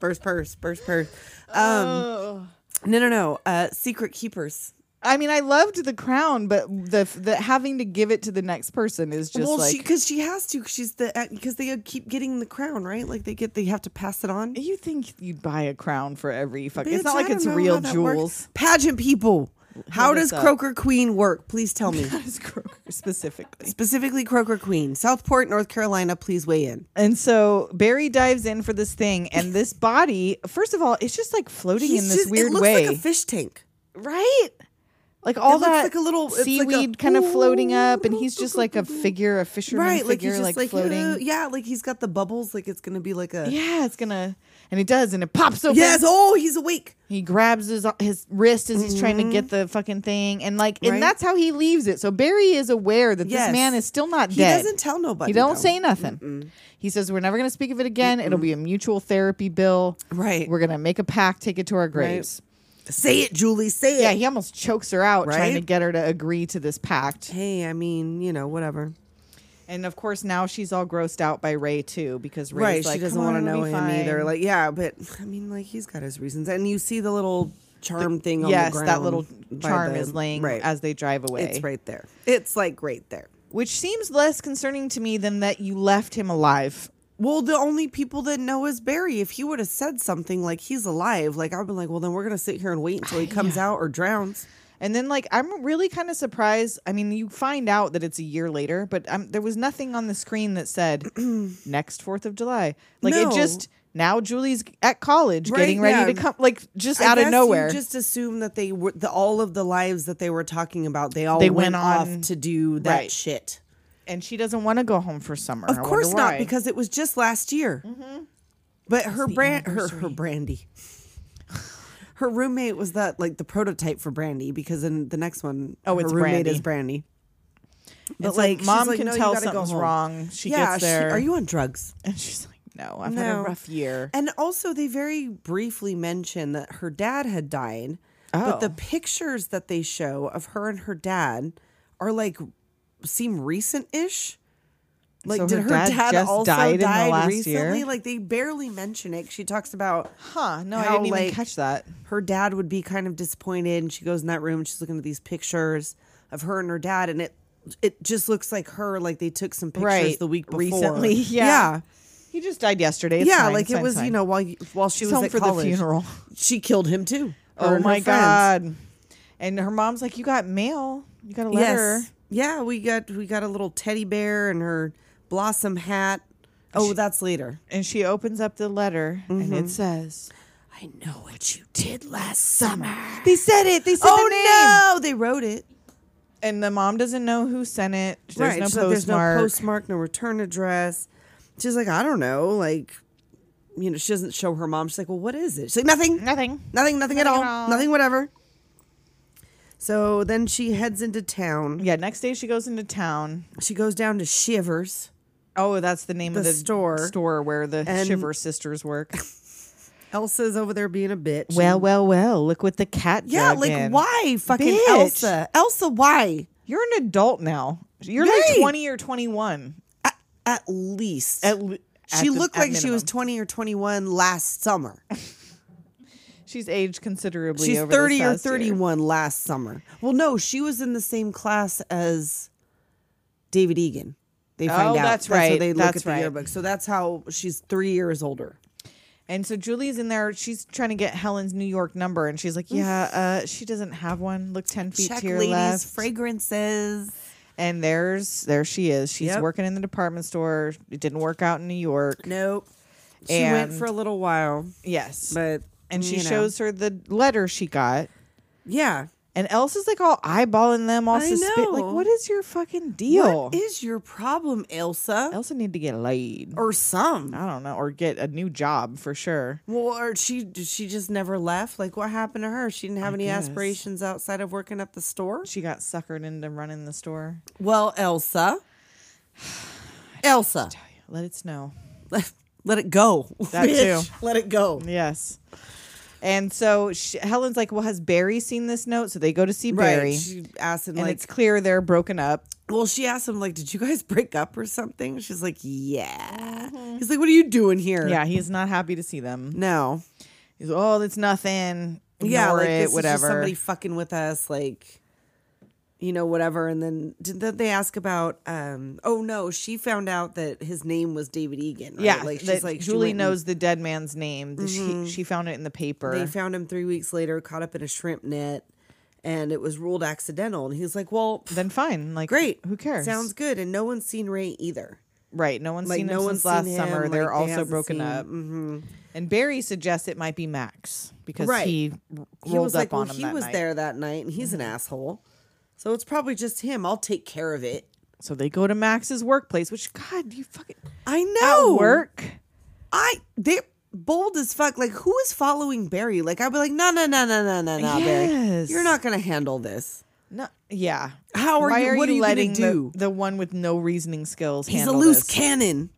Speaker 6: burst purse, burst purse. Um, no, no, no. Uh, secret keepers.
Speaker 5: I mean, I loved the crown, but the the having to give it to the next person is just
Speaker 6: well,
Speaker 5: like
Speaker 6: she because she has to. 'cause She's the because they uh, keep getting the crown, right? Like they get they have to pass it on.
Speaker 5: You think you'd buy a crown for every fuck? It's
Speaker 6: Bitch, I
Speaker 5: not like
Speaker 6: don't
Speaker 5: it's
Speaker 6: know how
Speaker 5: real
Speaker 6: that works.
Speaker 5: jewels.
Speaker 6: Pageant people. How
Speaker 5: Hit
Speaker 6: does
Speaker 5: us up.
Speaker 6: Croaker Queen work? Please tell me.
Speaker 5: It's Kroger specifically.
Speaker 6: Specifically, Croaker Queen, Southport, North Carolina. Please weigh in.
Speaker 5: And so Barry dives in for this thing, and this body, first of all, it's just like floating
Speaker 6: He's
Speaker 5: in this
Speaker 6: just-
Speaker 5: weird
Speaker 6: it looks
Speaker 5: way,
Speaker 6: like a fish tank.
Speaker 5: right? Like all
Speaker 6: looks
Speaker 5: that
Speaker 6: like a little- it's like a-
Speaker 5: seaweed kind of floating up, and he's just like a figure, a fisherman
Speaker 6: right like he's
Speaker 5: figure,
Speaker 6: just
Speaker 5: like,
Speaker 6: like,
Speaker 5: floating.
Speaker 6: "Uh," yeah like he's got the bubbles like it's gonna be like a
Speaker 5: yeah, it's gonna, and it does, and it pops open.
Speaker 6: yes oh he's awake
Speaker 5: He grabs his his wrist as he's trying to get the fucking thing, and like, and
Speaker 6: Mm-hmm. Right.
Speaker 5: that's how he leaves it. So Barry is aware that
Speaker 6: Yes.
Speaker 5: this man is still not
Speaker 6: he
Speaker 5: dead.
Speaker 6: doesn't tell nobody
Speaker 5: He don't
Speaker 6: though.
Speaker 5: say nothing. He says we're never going to speak of it again. It'll be a mutual therapy bill.
Speaker 6: Right.
Speaker 5: We're going to make a pact, take it to our graves.
Speaker 6: Say it, Julie. Say it.
Speaker 5: Yeah, he almost chokes her out trying to
Speaker 6: Right?
Speaker 5: get her to agree to this pact.
Speaker 6: hey, I mean, you know, whatever.
Speaker 5: And of course, now she's all grossed out by Ray too because Ray's
Speaker 6: right.
Speaker 5: like,
Speaker 6: she doesn't
Speaker 5: "Come on,
Speaker 6: want to
Speaker 5: it'll
Speaker 6: know
Speaker 5: be
Speaker 6: him
Speaker 5: fine."
Speaker 6: either. Like, yeah, but I mean, like, he's got his reasons. And you see the little charm thing on the
Speaker 5: yes,
Speaker 6: ground.
Speaker 5: that little
Speaker 6: by
Speaker 5: charm
Speaker 6: the-
Speaker 5: is laying
Speaker 6: right.
Speaker 5: as they drive away.
Speaker 6: It's right there. It's like right there.
Speaker 5: Which seems less concerning to me than that you left him alive.
Speaker 6: Well, the only people that know is Barry. If he would have said something like he's alive, like I've been like, well, then we're gonna sit here and wait until he comes out or drowns.
Speaker 5: And then, like, I'm really kind of surprised. I mean, you find out that it's a year later, but um, there was nothing on the screen that said next 4th of July. Like,
Speaker 6: No.
Speaker 5: it just, now Julie's at college
Speaker 6: Right,
Speaker 5: getting ready
Speaker 6: yeah.
Speaker 5: to come, like, just
Speaker 6: I
Speaker 5: out
Speaker 6: guess
Speaker 5: of
Speaker 6: you
Speaker 5: nowhere.
Speaker 6: just assume that they were the, all of the lives that they were talking about. They all
Speaker 5: They
Speaker 6: went,
Speaker 5: went
Speaker 6: off
Speaker 5: on-
Speaker 6: to do that
Speaker 5: Right.
Speaker 6: shit.
Speaker 5: and she doesn't want to go home for summer. I
Speaker 6: Of
Speaker 5: wonder
Speaker 6: course not,
Speaker 5: why. Mm-hmm.
Speaker 6: because it was just last year. But her brand, her her brandy, her roommate was that like the prototype for brandy because in the next one,
Speaker 5: Oh,
Speaker 6: her
Speaker 5: it's
Speaker 6: roommate
Speaker 5: Brandy.
Speaker 6: is brandy. But
Speaker 5: so
Speaker 6: like, she's
Speaker 5: mom
Speaker 6: like,
Speaker 5: can
Speaker 6: "No, you
Speaker 5: tell
Speaker 6: gotta go
Speaker 5: something's
Speaker 6: home."
Speaker 5: wrong. She
Speaker 6: yeah,
Speaker 5: gets there.
Speaker 6: are you on drugs?
Speaker 5: And she's like, no, I've had a
Speaker 6: No.
Speaker 5: rough year.
Speaker 6: And also, they very briefly mention that her dad had died, but the
Speaker 5: Oh.
Speaker 6: pictures that they show of her and her dad are like seem recent-ish. Like,
Speaker 5: So
Speaker 6: did
Speaker 5: her
Speaker 6: her dad,
Speaker 5: dad just
Speaker 6: also
Speaker 5: died
Speaker 6: died
Speaker 5: in the last
Speaker 6: recently?
Speaker 5: year?
Speaker 6: Like, they barely mention it. She talks about
Speaker 5: Huh? No, I
Speaker 6: how,
Speaker 5: didn't even
Speaker 6: like,
Speaker 5: catch that.
Speaker 6: her dad would be kind of disappointed, and she goes in that room and she's looking at these pictures of her and her dad, and it it just looks like her. Like they took some pictures
Speaker 5: Right.
Speaker 6: the week before.
Speaker 5: Recently, yeah.
Speaker 6: yeah.
Speaker 5: He just died yesterday. It's
Speaker 6: yeah,
Speaker 5: fine,
Speaker 6: like
Speaker 5: it's
Speaker 6: it
Speaker 5: fine, it's
Speaker 6: was, you
Speaker 5: fine.
Speaker 6: know, while you, while she
Speaker 5: She's
Speaker 6: was
Speaker 5: home
Speaker 6: at
Speaker 5: for
Speaker 6: college,
Speaker 5: the funeral.
Speaker 6: she killed him too. her
Speaker 5: Oh
Speaker 6: and her
Speaker 5: my
Speaker 6: friends.
Speaker 5: god! And her mom's like, "You got mail. You got a letter."
Speaker 6: Yes, yeah, we got we got a little teddy bear and her blossom hat. Oh, that's later.
Speaker 5: And she opens up the letter, and
Speaker 6: Mm-hmm.
Speaker 5: it says,
Speaker 6: I know what you did last summer.
Speaker 5: "They said it. They said the name."
Speaker 6: Oh no, they wrote it.
Speaker 5: And the mom doesn't know who sent it. There's
Speaker 6: right,
Speaker 5: no
Speaker 6: she's like,
Speaker 5: postmark.
Speaker 6: there's no postmark, no return address. She's like, I don't know, like, you know, she doesn't show her mom. She's like, well, what is it? She's like, nothing.
Speaker 5: Nothing.
Speaker 6: Nothing, nothing, at,
Speaker 5: Nothing
Speaker 6: all.
Speaker 5: at all.
Speaker 6: Nothing, whatever. So then she heads into town.
Speaker 5: Yeah. Next day, she goes into town.
Speaker 6: She goes down to Shivers.
Speaker 5: Oh, that's the name of
Speaker 6: The
Speaker 5: the
Speaker 6: store.
Speaker 5: store where the
Speaker 6: And-
Speaker 5: Shiver sisters work.
Speaker 6: Elsa's over there being a bitch.
Speaker 5: well,
Speaker 6: And-
Speaker 5: well, well. Look what the cat.
Speaker 6: yeah,
Speaker 5: drug
Speaker 6: like
Speaker 5: in.
Speaker 6: why fucking
Speaker 5: Bitch.
Speaker 6: Elsa? Elsa, why?
Speaker 5: You're an adult now. You're
Speaker 6: Right.
Speaker 5: like 20 or 21.
Speaker 6: At least.
Speaker 5: At, l- at
Speaker 6: she
Speaker 5: the-
Speaker 6: looked
Speaker 5: at
Speaker 6: like she was
Speaker 5: minimum.
Speaker 6: 20 or 21 last summer.
Speaker 5: She's aged considerably.
Speaker 6: She's
Speaker 5: over this
Speaker 6: 30 or
Speaker 5: past year.
Speaker 6: 31 last summer. Well, no, she was in the same class as David Egan. They find out.
Speaker 5: Oh, that's
Speaker 6: how
Speaker 5: right.
Speaker 6: they look
Speaker 5: That's
Speaker 6: at the
Speaker 5: right.
Speaker 6: yearbook. So that's how she's three years older.
Speaker 5: And so Julie's in there. She's trying to get Helen's New York number, and she's like, "Yeah, uh, she doesn't have one. Look ten feet
Speaker 6: Check
Speaker 5: to your
Speaker 6: ladies'
Speaker 5: left."
Speaker 6: fragrances.
Speaker 5: and there's there she is. She's
Speaker 6: Yep.
Speaker 5: working in the department store. It didn't work out in New York.
Speaker 6: Nope. She went
Speaker 5: And-
Speaker 6: for a little while,
Speaker 5: Yes,
Speaker 6: but
Speaker 5: and she
Speaker 6: you know.
Speaker 5: shows her the letter she got.
Speaker 6: Yeah.
Speaker 5: And Elsa's like all eyeballing them, all
Speaker 6: I
Speaker 5: suspicious. Like,
Speaker 6: know.
Speaker 5: what is your fucking deal?
Speaker 6: What is your problem, Elsa?
Speaker 5: Elsa need to get laid,
Speaker 6: or some?
Speaker 5: I don't know, or get a new job for sure.
Speaker 6: Well, or she she just never left. Like, what happened to her? She didn't have any
Speaker 5: guess.
Speaker 6: aspirations outside of working at the store.
Speaker 5: She got suckered into running the store.
Speaker 6: Well, Elsa, Elsa,
Speaker 5: Let it snow.
Speaker 6: let, let it go.
Speaker 5: That
Speaker 6: bitch.
Speaker 5: too.
Speaker 6: Let it go.
Speaker 5: Yes. And so she, Helen's like, "Well, has Barry seen this note?" So they go to see Barry,
Speaker 6: Right. She asked him
Speaker 5: and
Speaker 6: like,
Speaker 5: it's clear they're broken up.
Speaker 6: well, she asked him like, did you guys break up or something? She's like, yeah. He's like, what are you doing here?
Speaker 5: Mm-hmm. Yeah, he is not happy to see them.
Speaker 6: No.
Speaker 5: He's, "Oh, it's nothing. Ignore
Speaker 6: yeah, like
Speaker 5: it,
Speaker 6: this is just
Speaker 5: whatever."
Speaker 6: somebody fucking with us, like you know, whatever. And then did that they ask about? um Oh no, she found out that his name was David Egan. Right?
Speaker 5: yeah,
Speaker 6: like
Speaker 5: that
Speaker 6: she's like she
Speaker 5: Julie
Speaker 6: went and- Mm-hmm.
Speaker 5: knows the dead man's name. She, she found it in the paper.
Speaker 6: They found him three weeks later, caught up in a shrimp net, and it was ruled accidental. And he's like, "Well, pff,
Speaker 5: then fine, like
Speaker 6: great,
Speaker 5: Who cares?
Speaker 6: Sounds good." And no one's seen Ray either.
Speaker 5: Right. No one's
Speaker 6: Like
Speaker 5: seen
Speaker 6: no
Speaker 5: him
Speaker 6: one's
Speaker 5: since last
Speaker 6: seen
Speaker 5: summer.
Speaker 6: him,
Speaker 5: They're
Speaker 6: like, they
Speaker 5: also
Speaker 6: hasn't
Speaker 5: broken
Speaker 6: seen- Mm-hmm.
Speaker 5: up. And Barry suggests it might be Max because
Speaker 6: Right.
Speaker 5: he r-
Speaker 6: He
Speaker 5: rolled
Speaker 6: was
Speaker 5: up
Speaker 6: like,
Speaker 5: on
Speaker 6: "Well,
Speaker 5: him.
Speaker 6: he
Speaker 5: that
Speaker 6: was
Speaker 5: night. Mm-hmm.
Speaker 6: there that night, and he's an asshole." So it's probably just him. I'll take care of it.
Speaker 5: So they go to Max's workplace, which God, you fucking
Speaker 6: I
Speaker 5: at
Speaker 6: know.
Speaker 5: work.
Speaker 6: I they bold as fuck. Like who is following Barry? Like I'd be like, no, no, no, no, no, no, no, Barry.
Speaker 5: Yes.
Speaker 6: You're not gonna handle this.
Speaker 5: No, yeah.
Speaker 6: How are
Speaker 5: Why
Speaker 6: you-
Speaker 5: Are
Speaker 6: what are
Speaker 5: you
Speaker 6: you gonna
Speaker 5: letting the-
Speaker 6: do?
Speaker 5: The, one with no reasoning skills.
Speaker 6: He's a
Speaker 5: handle
Speaker 6: loose
Speaker 5: this?
Speaker 6: cannon.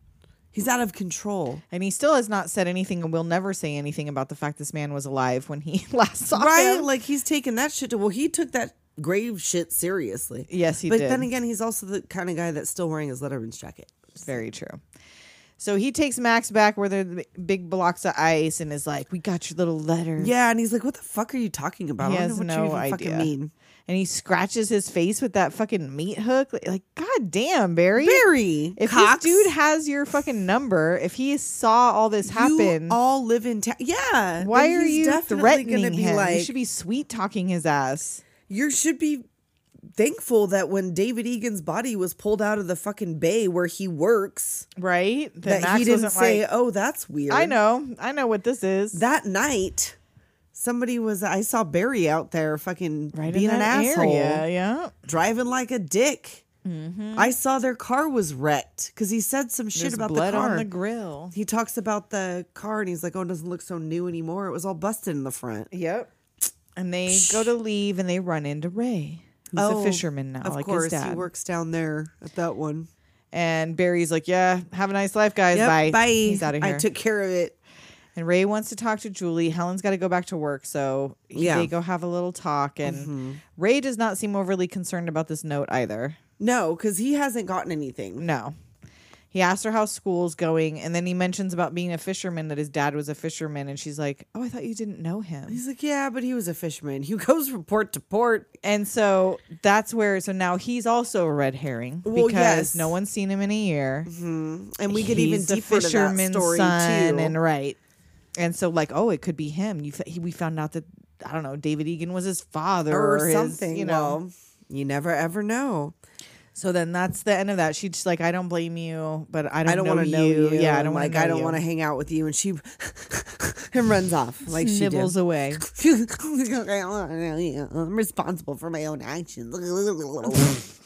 Speaker 6: He's out of control.
Speaker 5: And he still has not said anything and will never say anything about the fact this man was alive when he last saw
Speaker 6: Right?
Speaker 5: him.
Speaker 6: Like he's taking that shit to well, he took that grave shit seriously.
Speaker 5: Yes, he
Speaker 6: but
Speaker 5: did.
Speaker 6: then again, he's also the kind of guy that's still wearing his Letterman's jacket.
Speaker 5: Very true. So he takes Max back where there are the big blocks of ice and is like, We got your little letter.
Speaker 6: Yeah, and he's like, "What the fuck are you talking about?
Speaker 5: He
Speaker 6: I don't
Speaker 5: has
Speaker 6: know what
Speaker 5: no
Speaker 6: you even
Speaker 5: idea.
Speaker 6: fucking mean."
Speaker 5: And he scratches his face with that fucking meat hook. Like, like, God damn, Barry.
Speaker 6: Barry,
Speaker 5: If
Speaker 6: Cox,
Speaker 5: this dude has your fucking number, if he saw all this happen,
Speaker 6: you all live in town. yeah.
Speaker 5: why
Speaker 6: then
Speaker 5: are
Speaker 6: he's
Speaker 5: you
Speaker 6: definitely
Speaker 5: threatening
Speaker 6: gonna be
Speaker 5: him?
Speaker 6: Like,
Speaker 5: you should be sweet talking his ass.
Speaker 6: you should be thankful that when David Egan's body was pulled out of the fucking bay where he works,
Speaker 5: Right?
Speaker 6: that,
Speaker 5: Max
Speaker 6: he didn't
Speaker 5: wasn't
Speaker 6: say,
Speaker 5: like,
Speaker 6: "Oh, that's weird."
Speaker 5: I know. I know what this is.
Speaker 6: That night, somebody was. I saw Barry out there, fucking
Speaker 5: right
Speaker 6: being
Speaker 5: in that
Speaker 6: an asshole,
Speaker 5: area. Yeah.
Speaker 6: driving like a dick. I saw their car was wrecked because he said some shit
Speaker 5: There's
Speaker 6: about
Speaker 5: blood
Speaker 6: the car.
Speaker 5: on the grill.
Speaker 6: he talks about the car and he's like, "Oh, it doesn't look so new anymore. It was all busted in the front."
Speaker 5: Yep. And they go to leave and they run into Ray, who's
Speaker 6: oh,
Speaker 5: a fisherman now,
Speaker 6: Of
Speaker 5: like
Speaker 6: course,
Speaker 5: his dad.
Speaker 6: he works down there at that one.
Speaker 5: and Barry's like, "Yeah, have a nice life, guys.
Speaker 6: Yep,
Speaker 5: bye.
Speaker 6: bye.
Speaker 5: He's out of here."
Speaker 6: I took care of it.
Speaker 5: and Ray wants to talk to Julie. Helen's got to go back to work, so he-
Speaker 6: Yeah. Mm-hmm.
Speaker 5: they go have a little talk. And Ray does not seem overly concerned about this note either.
Speaker 6: No, because he hasn't gotten anything.
Speaker 5: No. He asks her how school's going, and then he mentions about being a fisherman that his dad was a fisherman, and she's like, "Oh, I thought you didn't know him."
Speaker 6: He's like, yeah, but he was a fisherman. He goes from port to port.
Speaker 5: And so that's where, so now he's also a red herring
Speaker 6: Well,
Speaker 5: because
Speaker 6: yes.
Speaker 5: no one's seen him in a year.
Speaker 6: And we get even
Speaker 5: He's the
Speaker 6: deeper to that
Speaker 5: fisherman's
Speaker 6: story,
Speaker 5: son
Speaker 6: too.
Speaker 5: And right. And so, like, oh, it could be him. You, f- he, we found out that I don't know, David Egan was his father
Speaker 6: or,
Speaker 5: his,
Speaker 6: something.
Speaker 5: you know.
Speaker 6: Well, you never ever know.
Speaker 5: So then that's the end of that. She's just like, I don't blame you, but I don't,
Speaker 6: I don't
Speaker 5: want to
Speaker 6: know you.
Speaker 5: Yeah, I don't
Speaker 6: like.
Speaker 5: Know
Speaker 6: I don't want to
Speaker 5: to
Speaker 6: hang out with you. And she and runs off like she did.
Speaker 5: nibbles away.
Speaker 6: I'm responsible for my own actions. That's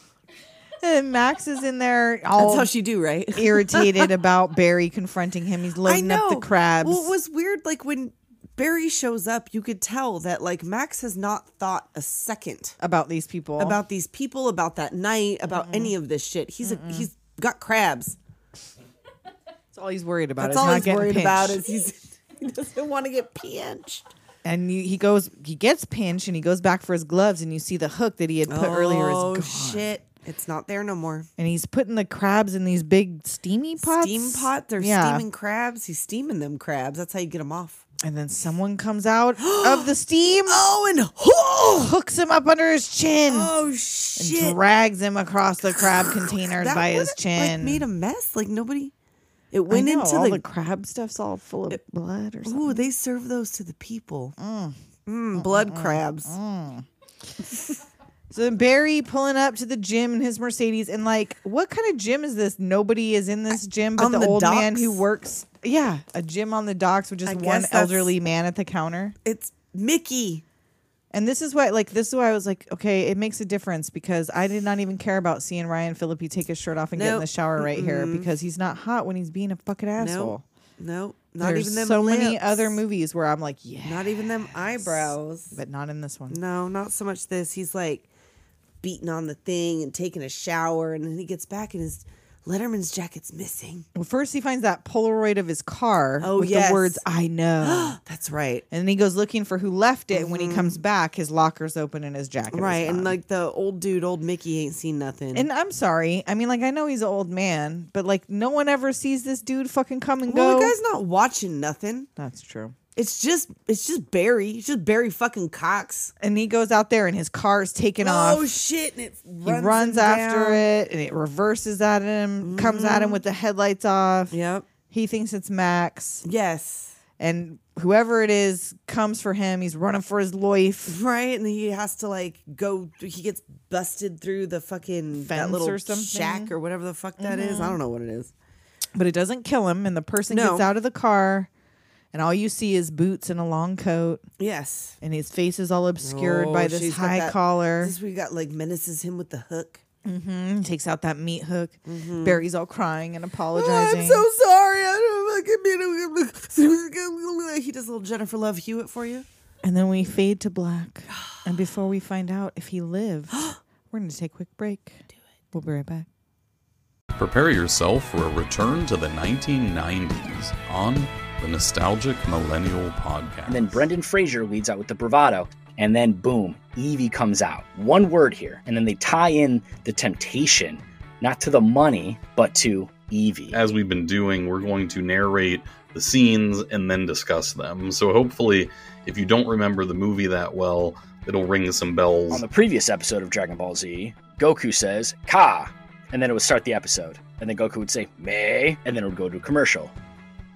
Speaker 5: And Max is in there all
Speaker 6: how she do, right?
Speaker 5: irritated about Barry confronting him. He's loading up the crabs.
Speaker 6: Well, it was weird. Like when Barry shows up, you could tell that like Max has not thought a second
Speaker 5: about these people.
Speaker 6: about these people, about that night, about any of this shit. He's a, he's got crabs.
Speaker 5: that's all he's worried about.
Speaker 6: That's
Speaker 5: is
Speaker 6: all
Speaker 5: not
Speaker 6: he's
Speaker 5: getting
Speaker 6: worried about
Speaker 5: pinched.
Speaker 6: is he's, he doesn't want to get pinched.
Speaker 5: and you, he goes he gets pinched and he goes back for his gloves and you see the hook that he had put earlier is
Speaker 6: oh
Speaker 5: gone.
Speaker 6: shit! It's not there no more.
Speaker 5: and he's putting the crabs in these big steamy pots
Speaker 6: Steam pot. They're
Speaker 5: Yeah.
Speaker 6: steaming crabs. He's steaming them crabs. That's how you get them off.
Speaker 5: and then someone comes out of the steam
Speaker 6: Oh and
Speaker 5: hooks him up under his chin
Speaker 6: oh
Speaker 5: and
Speaker 6: shit!
Speaker 5: drags him across the crab containers
Speaker 6: That
Speaker 5: by
Speaker 6: would
Speaker 5: his
Speaker 6: have,
Speaker 5: chin
Speaker 6: Like, made a mess. Like nobody. It
Speaker 5: I
Speaker 6: went
Speaker 5: know,
Speaker 6: into
Speaker 5: all the,
Speaker 6: the
Speaker 5: crab stuff's all full of blood or something
Speaker 6: Ooh, they serve those to the people. Mm, blood crabs.
Speaker 5: mm. so then barry pulling up to the gym in his mercedes and like what kind of gym is this nobody is in this gym but
Speaker 6: On
Speaker 5: the,
Speaker 6: the
Speaker 5: old man
Speaker 6: docks?
Speaker 5: who works yeah a gym on the docks with just
Speaker 6: I
Speaker 5: one
Speaker 6: guess that's-
Speaker 5: elderly man at the counter
Speaker 6: It's Mickey.
Speaker 5: And this is why, like, this is why I was like, okay, it makes a difference because I did not even care about seeing Ryan Philippi take his shirt off and get in
Speaker 6: Nope.
Speaker 5: the shower right here because he's not hot when he's being a fucking asshole.
Speaker 6: No, no, not
Speaker 5: There's
Speaker 6: even them.
Speaker 5: so many
Speaker 6: lips.
Speaker 5: other movies where I'm like, yeah,
Speaker 6: Not even them eyebrows.
Speaker 5: but not in this one.
Speaker 6: No, not so much this. He's like beating on the thing and taking a shower, and then he gets back and his Letterman's jacket's missing.
Speaker 5: Well, first he finds that Polaroid of his car
Speaker 6: Oh,
Speaker 5: with
Speaker 6: yes.
Speaker 5: the words "I know,"
Speaker 6: That's right.
Speaker 5: and then he goes looking for who left it. And when he comes back, his locker's open and his jacket is
Speaker 6: Mm-hmm. Right, and
Speaker 5: gone.
Speaker 6: like the old dude, old Mickey ain't seen nothing.
Speaker 5: And I'm sorry. I mean, like, I know he's an old man, but like, no one ever sees this dude fucking come and
Speaker 6: well,
Speaker 5: go.
Speaker 6: the guy's not watching nothing.
Speaker 5: That's true.
Speaker 6: It's just, it's just Barry. It's just Barry fucking Cox.
Speaker 5: and he goes out there and his car's taken off.
Speaker 6: Oh shit! And it
Speaker 5: he
Speaker 6: runs,
Speaker 5: runs,
Speaker 6: him
Speaker 5: after
Speaker 6: down. Mm-hmm.
Speaker 5: it and it reverses at him, comes at him with the headlights off.
Speaker 6: Yep.
Speaker 5: He thinks it's Max,
Speaker 6: Yes.
Speaker 5: and whoever it is comes for him. He's running for his life.
Speaker 6: Right, and he has to like go. He gets busted through the fucking that
Speaker 5: Fence
Speaker 6: little
Speaker 5: or something.
Speaker 6: shack or Mm-hmm. whatever the fuck that is. I don't know what it is.
Speaker 5: But it doesn't kill him, and the person
Speaker 6: No.
Speaker 5: gets out of the car, and all you see is boots and a long coat,
Speaker 6: Yes,
Speaker 5: and his face is all obscured by
Speaker 6: Oh,
Speaker 5: this
Speaker 6: she's got
Speaker 5: high
Speaker 6: that-
Speaker 5: collar.
Speaker 6: This we got like menaces him with the hook.
Speaker 5: Mm, takes out that meat hook. Barry's all crying and
Speaker 6: Mm-hmm. Oh,
Speaker 5: apologizing.
Speaker 6: I'm so sorry. I don't fucking mean it. He does a little Jennifer Love Hewitt for you.
Speaker 5: And then we fade to black. And before we find out if he lived, we're going to take a quick break. Do it. We'll be right back.
Speaker 7: Prepare yourself for a return to the 1990s on the Nostalgic Millennial Podcast.
Speaker 8: And then Brendan Fraser leads out with the bravado. And then boom, Evie comes out. One word here. And then they tie in the temptation, not to the money, but to Evie.
Speaker 7: as we've been doing, we're going to narrate the scenes and then discuss them. So hopefully, if you don't remember the movie that well, it'll ring some
Speaker 8: On
Speaker 7: bells.
Speaker 8: the previous episode of Dragon Ball Z, Goku says, Ka! And then it would start the episode. And then Goku would say, May. And then it would go to commercial.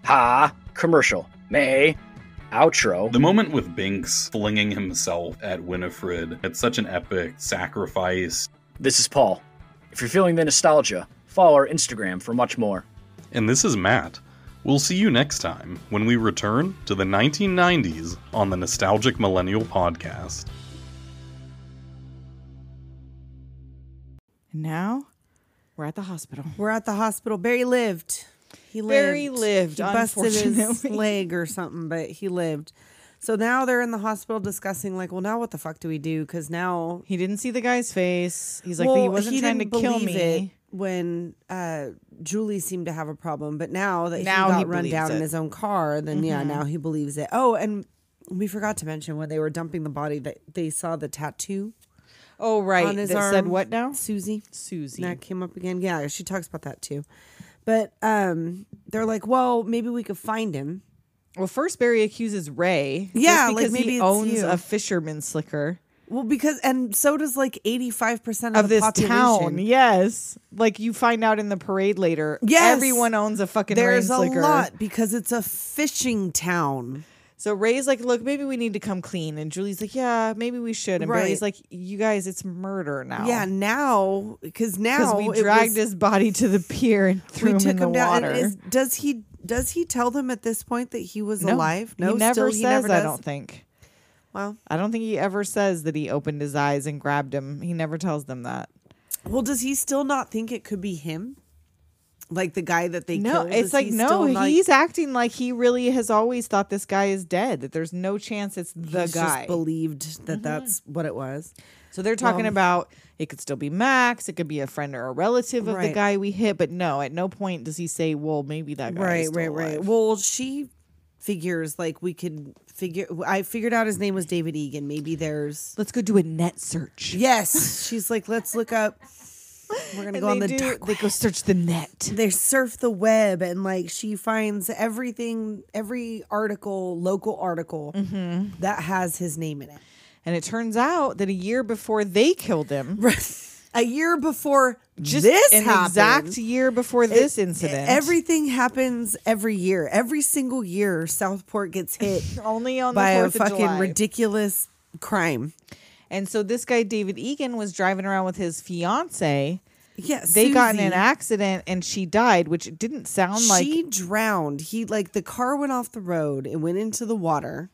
Speaker 8: Ha! Commercial. May. Outro.
Speaker 7: The moment with Binks flinging himself at Winifred, it's such an epic sacrifice.
Speaker 8: This is Paul. If you're feeling the nostalgia, follow our Instagram for much more.
Speaker 7: And this is Matt. We'll see you next time when we return to the 1990s on the Nostalgic Millennial Podcast.
Speaker 5: And now we're at the hospital.
Speaker 6: We're at the hospital. Barry lived. He lived.
Speaker 5: Barry lived,
Speaker 6: He busted his
Speaker 5: unfortunately.
Speaker 6: leg or something, but he lived. So now they're in the hospital discussing, like, well, now what the fuck do we do? Because now
Speaker 5: He didn't see the guy's face. He's like,
Speaker 6: well,
Speaker 5: he wasn't trying to
Speaker 6: didn't
Speaker 5: kill
Speaker 6: believe
Speaker 5: me.
Speaker 6: it when uh, Julie seemed to have a problem, but now that
Speaker 5: Now
Speaker 6: he
Speaker 5: he
Speaker 6: got run
Speaker 5: believes
Speaker 6: down in
Speaker 5: it. Mm-hmm.
Speaker 6: his own car, then yeah, now he believes it. Oh, and we forgot to mention when they were dumping the body that they saw the tattoo
Speaker 5: Oh, right.
Speaker 6: on his
Speaker 5: that
Speaker 6: arm.
Speaker 5: said what now?
Speaker 6: Susie.
Speaker 5: Susie.
Speaker 6: And that came up again. Yeah, she talks about that too. But um, they're like, well, maybe we could find him.
Speaker 5: Well, first Barry accuses Ray. just
Speaker 6: Yeah, like,
Speaker 5: because
Speaker 6: maybe
Speaker 5: he
Speaker 6: it's
Speaker 5: owns
Speaker 6: you.
Speaker 5: a fisherman slicker
Speaker 6: Well, because and so does like eighty five percent
Speaker 5: of
Speaker 6: the
Speaker 5: this
Speaker 6: population.
Speaker 5: town. Yes, like you find out in the parade later.
Speaker 6: Yes.
Speaker 5: everyone owns a fucking
Speaker 6: There's
Speaker 5: rain
Speaker 6: a
Speaker 5: slicker.
Speaker 6: lot because it's a fishing town.
Speaker 5: So Ray's like, "Look, maybe we need to come clean," and Julie's like, "Yeah, maybe we should." And
Speaker 6: Right.
Speaker 5: Barry's like, "You guys, it's murder now."
Speaker 6: Yeah, now because now
Speaker 5: because we
Speaker 6: it
Speaker 5: dragged
Speaker 6: was-
Speaker 5: his body to the pier and threw
Speaker 6: we
Speaker 5: him
Speaker 6: took
Speaker 5: in the
Speaker 6: down.
Speaker 5: water.
Speaker 6: and is- does he does he tell them at this point that he was
Speaker 5: No,
Speaker 6: alive? No,
Speaker 5: he never
Speaker 6: still,
Speaker 5: says.
Speaker 6: he never does.
Speaker 5: I don't think.
Speaker 6: Well,
Speaker 5: I don't think he ever says that he opened his eyes and grabbed him. He never tells them that.
Speaker 6: well, does he still not think it could be him? Like the guy that they
Speaker 5: No,
Speaker 6: killed.
Speaker 5: it's
Speaker 6: is
Speaker 5: like
Speaker 6: he
Speaker 5: no,
Speaker 6: still not-
Speaker 5: he's acting like he really has always thought this guy is dead. That there's no chance it's the
Speaker 6: he's
Speaker 5: guy.
Speaker 6: just believed
Speaker 5: Mm-hmm.
Speaker 6: that that's what it was.
Speaker 5: so they're talking
Speaker 6: Well-
Speaker 5: about it could still be Max. It could be a friend or a relative of the
Speaker 6: Right.
Speaker 5: guy we hit. But no, at no point does he say, "Well, maybe that guy." is still alive."
Speaker 6: Well, she figures like we could figure. I figured out his name was David Egan. Maybe there's
Speaker 5: Let's go do a net search.
Speaker 6: yes. She's like, let's look up. We're gonna
Speaker 5: And
Speaker 6: go on
Speaker 5: they
Speaker 6: the
Speaker 5: do-
Speaker 6: dark
Speaker 5: They go search the net.
Speaker 6: they surf the web and like she finds everything every article local article
Speaker 5: Mm-hmm.
Speaker 6: that has his name in it
Speaker 5: And it turns out that a year before they killed him,
Speaker 6: a year before
Speaker 5: just
Speaker 6: this
Speaker 5: an
Speaker 6: happened,
Speaker 5: exact year before this incident,
Speaker 6: E-, everything happens every year every single year southport gets hit
Speaker 5: only on
Speaker 6: by
Speaker 5: the
Speaker 6: a
Speaker 5: fourth of
Speaker 6: fucking
Speaker 5: July.
Speaker 6: ridiculous crime
Speaker 5: and so this guy David Egan was driving around with his fiance.
Speaker 6: yes
Speaker 5: They got in
Speaker 6: Susie,
Speaker 5: an accident and she died, which it didn't sound like
Speaker 6: she drowned he like the car went off the road and went into the water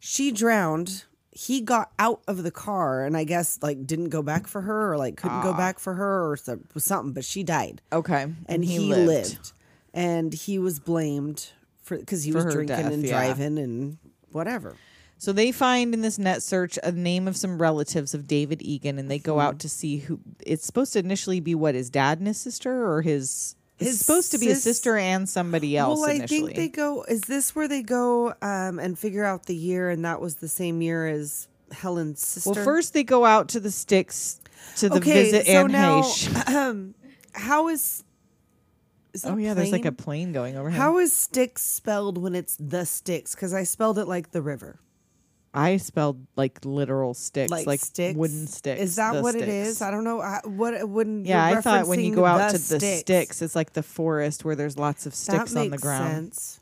Speaker 6: she drowned he got out of the car and i guess like didn't go back for her or like couldn't
Speaker 5: Ah.
Speaker 6: go back for her or so- something but she died
Speaker 5: okay.
Speaker 6: and he, lived. and he was blamed for because he
Speaker 5: For
Speaker 6: was
Speaker 5: her
Speaker 6: drinking
Speaker 5: death,
Speaker 6: and
Speaker 5: yeah.
Speaker 6: driving and whatever
Speaker 5: So they find in this net search a name of some relatives of David Egan, and they go
Speaker 6: Mm-hmm.
Speaker 5: out to see who. It's supposed to initially be what his dad and his sister, or his. It's
Speaker 6: His
Speaker 5: supposed to be his
Speaker 6: sis-
Speaker 5: sister and somebody else.
Speaker 6: well i
Speaker 5: initially.
Speaker 6: think they go is this where they go um and figure out the year and that was the same year as helen's sister
Speaker 5: Well, first they go out to the sticks to the visit
Speaker 6: so
Speaker 5: Anne
Speaker 6: now,
Speaker 5: Heche.
Speaker 6: um, how is? is that
Speaker 5: Oh yeah, there's like a
Speaker 6: plain?
Speaker 5: plane going over. How
Speaker 6: How is sticks spelled when it's the sticks? Because I spelled it like the river,
Speaker 5: I spelled like literal sticks,
Speaker 6: like,
Speaker 5: like,
Speaker 6: sticks.
Speaker 5: wooden sticks.
Speaker 6: Is that
Speaker 5: the
Speaker 6: what it
Speaker 5: sticks.
Speaker 6: is? I don't know. I, what when?
Speaker 5: yeah,
Speaker 6: you're
Speaker 5: I thought when you
Speaker 6: referencing
Speaker 5: go out to the
Speaker 6: sticks,
Speaker 5: sticks. it's like the forest where there's lots of
Speaker 6: that
Speaker 5: sticks on the
Speaker 6: makes
Speaker 5: ground.
Speaker 6: Sense.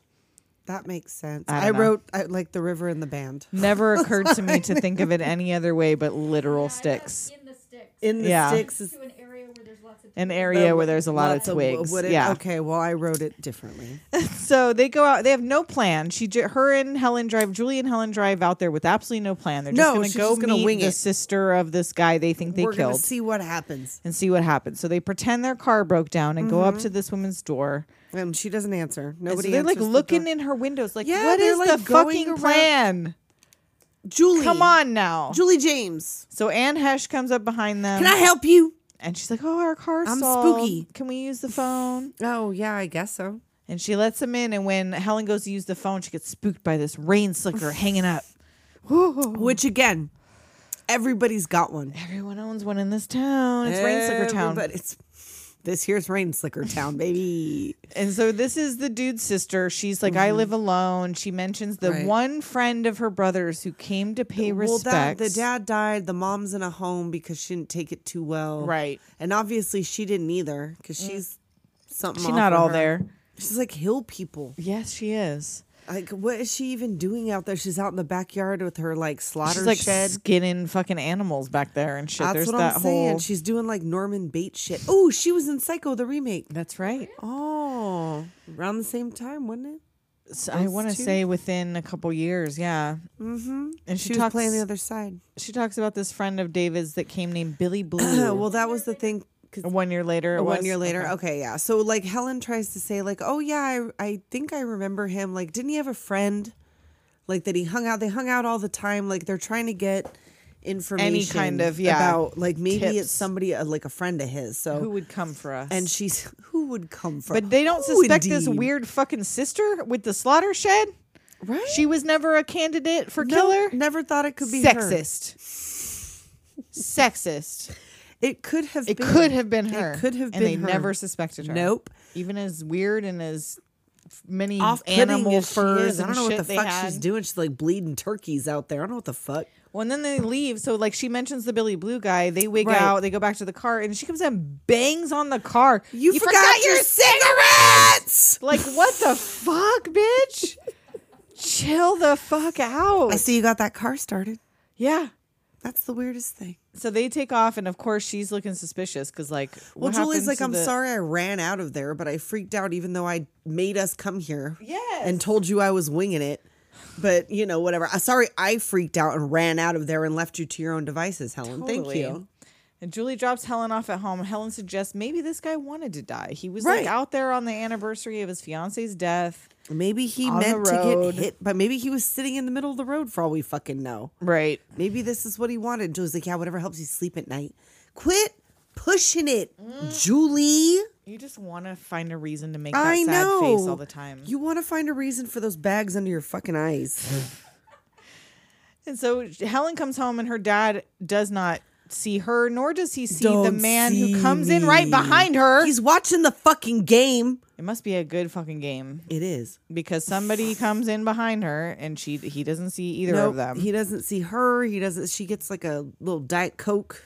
Speaker 6: That makes sense.
Speaker 5: I
Speaker 6: I,
Speaker 5: don't know.
Speaker 6: wrote I, like the river in the band
Speaker 5: Never occurred to me to think of it any other way but literal sticks.
Speaker 9: in the sticks
Speaker 6: in the
Speaker 5: Yeah.
Speaker 6: sticks. Is
Speaker 9: to an area where there's lots of
Speaker 5: An area where there's a lot of
Speaker 6: lots wo-
Speaker 5: twigs.
Speaker 6: wooden-
Speaker 5: yeah.
Speaker 6: Okay. Well, I wrote it differently.
Speaker 5: So they go out. They have no plan. She, ju- her, and Helen drive. Julie and Helen drive out there with absolutely no plan. They're just
Speaker 6: No,
Speaker 5: going
Speaker 6: she's
Speaker 5: to go
Speaker 6: just gonna
Speaker 5: meet
Speaker 6: wing
Speaker 5: the
Speaker 6: it.
Speaker 5: sister of this guy they think they
Speaker 6: We're gonna
Speaker 5: killed
Speaker 6: see what happens.
Speaker 5: and see what happens. So they pretend their car broke down and go up to this woman's door.
Speaker 6: And she doesn't answer.
Speaker 5: And
Speaker 6: Mm-hmm. Nobody.
Speaker 5: so they're like
Speaker 6: answers the
Speaker 5: looking
Speaker 6: door.
Speaker 5: in her windows, like,
Speaker 6: Yeah,
Speaker 5: "What
Speaker 6: they're,
Speaker 5: is
Speaker 6: like,
Speaker 5: the
Speaker 6: going
Speaker 5: fucking
Speaker 6: around-
Speaker 5: plan?
Speaker 6: Julie.
Speaker 5: Come on now."
Speaker 6: Julie James.
Speaker 5: So Anne Hesh comes up behind them.
Speaker 6: Can I help you?
Speaker 5: and she's like, "Oh, our car's
Speaker 6: I'm
Speaker 5: stalled.
Speaker 6: spooky."
Speaker 5: Can we use the phone?"
Speaker 6: Oh yeah, I guess so.
Speaker 5: And she lets him in. And when Helen goes to use the phone, she gets spooked by this rain slicker hanging up.
Speaker 6: Which again, everybody's got one.
Speaker 5: Everyone owns one in this town. It's rain slicker town.
Speaker 6: But it's this here's rain slicker town, baby.
Speaker 5: And so this is the dude's sister. She's like, I live alone. She mentions the
Speaker 6: Right.
Speaker 5: one friend of her brother's who came to pay
Speaker 6: Well, that,
Speaker 5: respects.
Speaker 6: the dad died. The mom's in a home because she didn't take it too well.
Speaker 5: Right.
Speaker 6: And obviously she didn't either because she's something.
Speaker 5: She's
Speaker 6: off
Speaker 5: not
Speaker 6: with
Speaker 5: all
Speaker 6: her.
Speaker 5: there.
Speaker 6: She's like hill people.
Speaker 5: Yes, she is.
Speaker 6: Like, what is she even doing out there? She's out in the backyard with her like slaughter
Speaker 5: She's like
Speaker 6: shed.
Speaker 5: skinning fucking animals back there and shit.
Speaker 6: That's
Speaker 5: There's
Speaker 6: what
Speaker 5: that
Speaker 6: I'm
Speaker 5: whole.
Speaker 6: saying. She's doing like Norman Bates shit. Oh, she was in Psycho the remake.
Speaker 5: That's right.
Speaker 6: Oh, around the same time, wasn't it?
Speaker 5: So I
Speaker 6: Those
Speaker 5: want to
Speaker 6: two?
Speaker 5: say within a couple years, yeah. Mm-hmm. And
Speaker 6: She
Speaker 5: she,
Speaker 6: was
Speaker 5: talks.
Speaker 6: playing the other side.
Speaker 5: She talks about this friend of David's that came named Billy Blue.
Speaker 6: well, that was the thing. 'cause
Speaker 5: one year later. it
Speaker 6: one
Speaker 5: was?
Speaker 6: year later.
Speaker 5: Okay.
Speaker 6: Okay. yeah. So like Helen tries to say like, oh yeah, I I think I remember him. Like, didn't he have a friend? Like that he hung out. They hung out all the time. Like they're trying to get information
Speaker 5: kind of, yeah,
Speaker 6: about like maybe
Speaker 5: tips.
Speaker 6: it's somebody uh, like a friend of his. So
Speaker 5: Who would come for us?
Speaker 6: oh, and she's who would come from?
Speaker 5: But they don't
Speaker 6: Who
Speaker 5: suspect this
Speaker 6: indeed?
Speaker 5: weird fucking sister with the slaughter shed.
Speaker 6: Right?
Speaker 5: She was never a candidate for
Speaker 6: No,
Speaker 5: killer.
Speaker 6: Never thought it could be her.
Speaker 5: Sexist. Sexist.
Speaker 6: It could have.
Speaker 5: It
Speaker 6: been.
Speaker 5: could have been her.
Speaker 6: It could have
Speaker 5: And
Speaker 6: been.
Speaker 5: they
Speaker 6: her.
Speaker 5: never suspected her.
Speaker 6: Nope.
Speaker 5: Even as weird and as f- many
Speaker 6: Off-putting
Speaker 5: animal
Speaker 6: as she
Speaker 5: furs.
Speaker 6: is, I don't
Speaker 5: and
Speaker 6: know what
Speaker 5: shit
Speaker 6: the
Speaker 5: they
Speaker 6: fuck
Speaker 5: had.
Speaker 6: she's doing. She's like bleeding turkeys out there. I don't know what the fuck.
Speaker 5: Well, and then they leave. So, like, she mentions the Billy Blue guy. They wig
Speaker 6: Right.
Speaker 5: out. They go back to the car, and she comes and bangs on the car.
Speaker 6: You, forgot, your cigarettes.
Speaker 5: Like, what the fuck, bitch? Chill the fuck out.
Speaker 6: I see you got that car started.
Speaker 5: Yeah.
Speaker 6: That's the weirdest thing.
Speaker 5: So they take off, and of course, she's looking suspicious because, like,
Speaker 6: Well,
Speaker 5: what
Speaker 6: Julie's
Speaker 5: happens
Speaker 6: like,
Speaker 5: to
Speaker 6: I'm
Speaker 5: the-
Speaker 6: sorry I ran out of there, but I freaked out even though I made us come here.
Speaker 5: Yes.
Speaker 6: And told you I was winging it. But, you know, whatever. I sorry I freaked out and ran out of there and left you to your own devices, Helen. Thank
Speaker 5: Totally.
Speaker 6: you.
Speaker 5: And Julie drops Helen off at home. Helen suggests maybe this guy wanted to die. He was
Speaker 6: Right.
Speaker 5: like out there on the anniversary of his fiance's death.
Speaker 6: Maybe he
Speaker 5: On the
Speaker 6: meant to get
Speaker 5: road.
Speaker 6: hit, but maybe he was sitting in the middle of the road for all we fucking know.
Speaker 5: Right.
Speaker 6: Maybe this is what he wanted. Julie's like, yeah, whatever helps you sleep at night. Quit pushing it, Julie.
Speaker 5: You just want to find a reason to make that
Speaker 6: I
Speaker 5: sad
Speaker 6: know.
Speaker 5: face all the time.
Speaker 6: You want to find a reason for those bags under your fucking eyes.
Speaker 5: And so Helen comes home, and her dad does not see her, nor does he see the
Speaker 6: Don't
Speaker 5: man
Speaker 6: see
Speaker 5: who comes in right
Speaker 6: me.
Speaker 5: behind her.
Speaker 6: He's watching the fucking game.
Speaker 5: it must be a good fucking game
Speaker 6: It is.
Speaker 5: because somebody comes in behind her, and she he doesn't see either
Speaker 6: Nope,
Speaker 5: of them.
Speaker 6: He
Speaker 5: He
Speaker 6: doesn't see her. He doesn't. She gets like a little diet coke.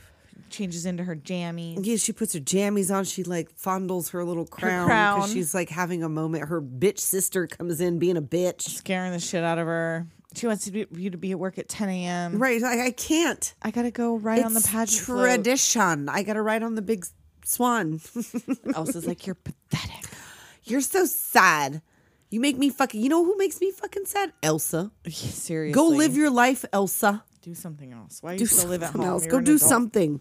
Speaker 5: changes into her jammies.
Speaker 6: Yeah, she puts her jammies on. She like fondles her little crown
Speaker 5: crown.
Speaker 6: she's like having a moment. Her bitch sister comes in being a bitch.
Speaker 5: scaring the shit out of her. She wants to be, you to be at work at 10 a.m.
Speaker 6: Right. Like I can't.
Speaker 5: I gotta go right on the
Speaker 6: It's
Speaker 5: pageant. float.
Speaker 6: tradition. I gotta ride on the big s- swan.
Speaker 5: Elsa's like, you're pathetic.
Speaker 6: You're so sad. You make me fucking. You know who makes me fucking sad? Elsa.
Speaker 5: Seriously,
Speaker 6: Go live your life, Elsa.
Speaker 5: do something else. Why
Speaker 6: Do
Speaker 5: you still live at
Speaker 6: something
Speaker 5: home?
Speaker 6: else.
Speaker 5: You're
Speaker 6: Go
Speaker 5: an
Speaker 6: do
Speaker 5: adult.
Speaker 6: something.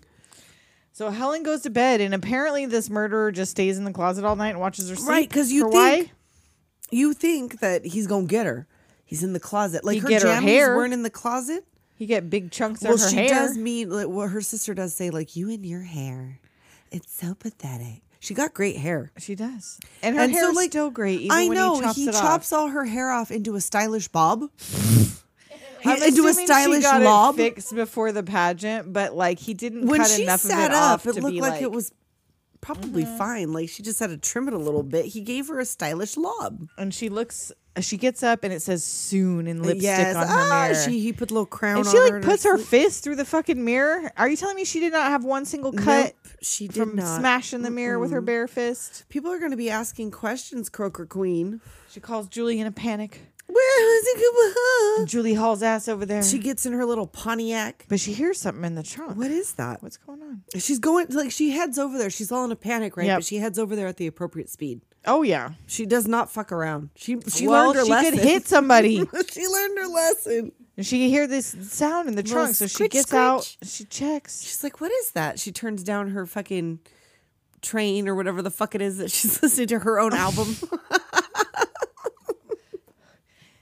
Speaker 5: So Helen goes to bed, and apparently this murderer just stays in the closet all night and watches her sleep.
Speaker 6: Right, 'cause you
Speaker 5: For
Speaker 6: think-
Speaker 5: why?
Speaker 6: You think that he's gonna get her? He's in the closet. Like
Speaker 5: He'd
Speaker 6: her
Speaker 5: get her
Speaker 6: jammies
Speaker 5: hair.
Speaker 6: weren't in the closet.
Speaker 5: you get big chunks
Speaker 6: well,
Speaker 5: of her
Speaker 6: she
Speaker 5: hair.
Speaker 6: does mean like, well, her sister does say like you and your hair. It's so pathetic. She got great hair.
Speaker 5: She does, and her
Speaker 6: and
Speaker 5: hair's
Speaker 6: so like
Speaker 5: still great. Even
Speaker 6: I know
Speaker 5: when he chops it off.
Speaker 6: all her hair off into a stylish bob. He-
Speaker 5: I'm
Speaker 6: into a
Speaker 5: assuming
Speaker 6: stylish
Speaker 5: she got it
Speaker 6: lob.
Speaker 5: fixed before the pageant, but like he didn't
Speaker 6: when
Speaker 5: cut
Speaker 6: she
Speaker 5: enough
Speaker 6: sat
Speaker 5: of it
Speaker 6: up,
Speaker 5: off
Speaker 6: it
Speaker 5: to
Speaker 6: looked
Speaker 5: be Mm-hmm.
Speaker 6: like, it was probably fine. Like she just had to trim it a little bit. He gave her a stylish lob.
Speaker 5: and she looks she gets up and it says soon in lipstick
Speaker 6: yes,
Speaker 5: on her
Speaker 6: ah,
Speaker 5: mirror.
Speaker 6: she he put a little crown
Speaker 5: and
Speaker 6: on
Speaker 5: she
Speaker 6: her
Speaker 5: like puts her
Speaker 6: sleeve.
Speaker 5: fist through the fucking mirror. Are you telling me she did not have one single cut
Speaker 6: Nope, she did
Speaker 5: from
Speaker 6: not.
Speaker 5: smashing the mirror with her bare fist?
Speaker 6: People are going to be asking questions, Croaker Queen.
Speaker 5: She calls Julie in a panic.
Speaker 6: Where is it
Speaker 5: Julie hauls ass over there.
Speaker 6: She gets in her little Pontiac.
Speaker 5: but she hears something in the trunk.
Speaker 6: What is that?
Speaker 5: What's going on?
Speaker 6: She's going like she heads over there. She's all in a panic, right?
Speaker 5: Yep.
Speaker 6: But she heads over there at the appropriate speed.
Speaker 5: Oh yeah.
Speaker 6: She does not fuck around. She she
Speaker 5: Well,
Speaker 6: learned her
Speaker 5: she
Speaker 6: lesson.
Speaker 5: could hit somebody.
Speaker 6: she learned her lesson.
Speaker 5: And she could hear this sound in the
Speaker 6: Little
Speaker 5: trunk, so she
Speaker 6: scritch,
Speaker 5: gets
Speaker 6: scritch.
Speaker 5: out. She checks.
Speaker 6: She's like, "What is that?" She turns down her fucking train or whatever the fuck it is that she's listening to her own album.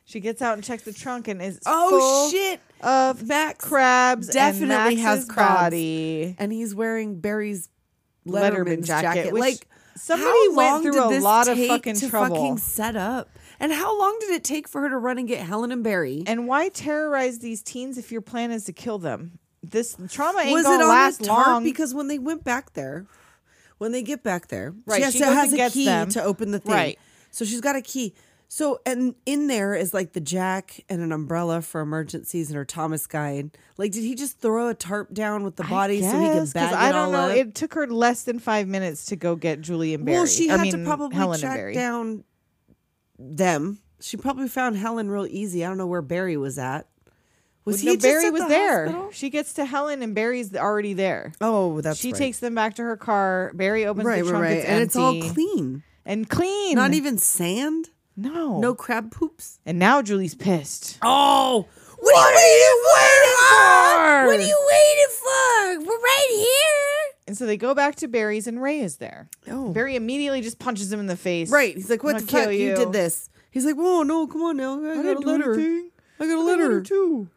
Speaker 5: She gets out and checks the trunk, and is
Speaker 6: oh
Speaker 5: full
Speaker 6: shit!
Speaker 5: of
Speaker 6: Max
Speaker 5: crabs. and
Speaker 6: definitely has
Speaker 5: Max's
Speaker 6: crabs.
Speaker 5: body.
Speaker 6: and he's wearing Barry's
Speaker 5: Letterman
Speaker 6: Letterman's
Speaker 5: jacket,
Speaker 6: jacket.
Speaker 5: which
Speaker 6: like
Speaker 5: somebody
Speaker 6: how
Speaker 5: went
Speaker 6: long
Speaker 5: through
Speaker 6: did
Speaker 5: a
Speaker 6: this
Speaker 5: lot of
Speaker 6: take
Speaker 5: fucking
Speaker 6: to
Speaker 5: trouble.
Speaker 6: Fucking set up. And how long did it take for her to run and get Helen and Barry?
Speaker 5: And why terrorize these teens if your plan is to kill them? This trauma ain't
Speaker 6: was it
Speaker 5: gonna
Speaker 6: on
Speaker 5: last
Speaker 6: a tarp?
Speaker 5: long.
Speaker 6: Because when they went back there, when they get back there,
Speaker 5: Right,
Speaker 6: she has,
Speaker 5: she
Speaker 6: to-
Speaker 5: goes
Speaker 6: has
Speaker 5: and
Speaker 6: a
Speaker 5: gets
Speaker 6: key
Speaker 5: them.
Speaker 6: to open the thing.
Speaker 5: Right.
Speaker 6: So she's got a key. So and in there is like the jack and an umbrella for emergencies and her Thomas guide. Like, did he just throw a tarp down with the body so he
Speaker 5: Yes,
Speaker 6: could
Speaker 5: 'cause
Speaker 6: bag it
Speaker 5: I don't
Speaker 6: all
Speaker 5: know.
Speaker 6: up?
Speaker 5: It took her less than five minutes to go get Julie and Barry.
Speaker 6: Well, she
Speaker 5: I
Speaker 6: had to
Speaker 5: mean,
Speaker 6: probably
Speaker 5: Helen and
Speaker 6: track
Speaker 5: Barry.
Speaker 6: down them. She probably found Helen real easy. I don't know where Barry was at. Was
Speaker 5: no,
Speaker 6: he just
Speaker 5: Barry
Speaker 6: at
Speaker 5: was
Speaker 6: the
Speaker 5: there.
Speaker 6: hospital?
Speaker 5: She gets to Helen and Barry's already there.
Speaker 6: Oh, that's
Speaker 5: she
Speaker 6: right.
Speaker 5: takes them back to her car. Barry opens
Speaker 6: right, right,
Speaker 5: the trunk,
Speaker 6: right.
Speaker 5: It's
Speaker 6: and
Speaker 5: empty
Speaker 6: it's all clean,
Speaker 5: and clean.
Speaker 6: not even sand.
Speaker 5: no,
Speaker 6: No crab poops.
Speaker 5: And now Julie's pissed.
Speaker 6: Oh, what, are you waiting for?
Speaker 5: What are you
Speaker 6: waiting for? We're right
Speaker 5: And so they go back to Barry's, and Ray is there.
Speaker 6: here. Oh,
Speaker 5: Barry immediately just punches him in the face.
Speaker 6: right. He's like,
Speaker 5: I'm
Speaker 6: "What
Speaker 5: gonna
Speaker 6: the fuck?
Speaker 5: kill
Speaker 6: You.
Speaker 5: you."
Speaker 6: did this." He's like, "Whoa, no, come on now. I,
Speaker 5: I
Speaker 6: got
Speaker 5: didn't
Speaker 6: a
Speaker 5: do
Speaker 6: letter.
Speaker 5: anything.
Speaker 6: I got a
Speaker 5: I got a
Speaker 6: letter."
Speaker 5: letter too.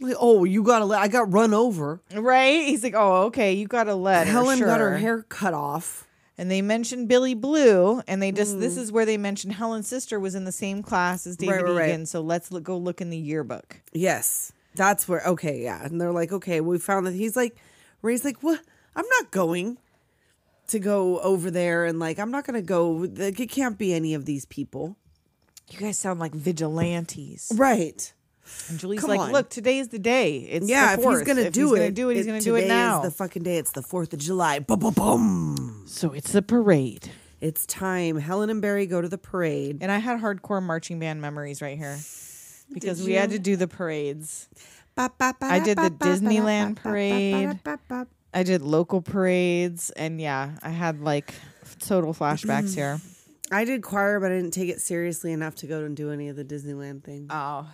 Speaker 6: Like, oh, you got a letter. I got run over.
Speaker 5: Right? He's like, oh, okay, you got a letter.
Speaker 6: Helen got her
Speaker 5: sure."
Speaker 6: hair cut off.
Speaker 5: And they mentioned Billy Blue, and they just this is where they mentioned Helen's sister was in the same class as David
Speaker 6: Mm. Right, right, right.
Speaker 5: Egan. So let's look, go look in the yearbook.
Speaker 6: Yes, that's where. Okay, yeah. And they're like, okay, we found that he's like, Ray's like, what? I'm not going to go over there, and like, I'm not gonna go. with- Like, it can't be any of these people,
Speaker 5: You guys sound like vigilantes.
Speaker 6: right?
Speaker 5: And Julie's
Speaker 6: Come
Speaker 5: like,
Speaker 6: on.
Speaker 5: look, today's the day. It's
Speaker 6: yeah,
Speaker 5: the
Speaker 6: if he's
Speaker 5: 4th.
Speaker 6: gonna
Speaker 5: If
Speaker 6: do
Speaker 5: he's
Speaker 6: it,
Speaker 5: gonna do it. He's gonna do it
Speaker 6: today
Speaker 5: now.
Speaker 6: Is the fucking day. It's the Fourth of July. Boom, boom, boom.
Speaker 5: so it's the parade.
Speaker 6: It's time. Helen and Barry go to the parade.
Speaker 5: And I had hardcore marching band memories right here. Because we had to do the parades.
Speaker 6: I
Speaker 5: did the Disneyland parade. I did local parades and yeah, I had like total flashbacks here.
Speaker 6: I did choir, but I didn't take it seriously enough to go and do any of the Disneyland thing.
Speaker 5: Oh.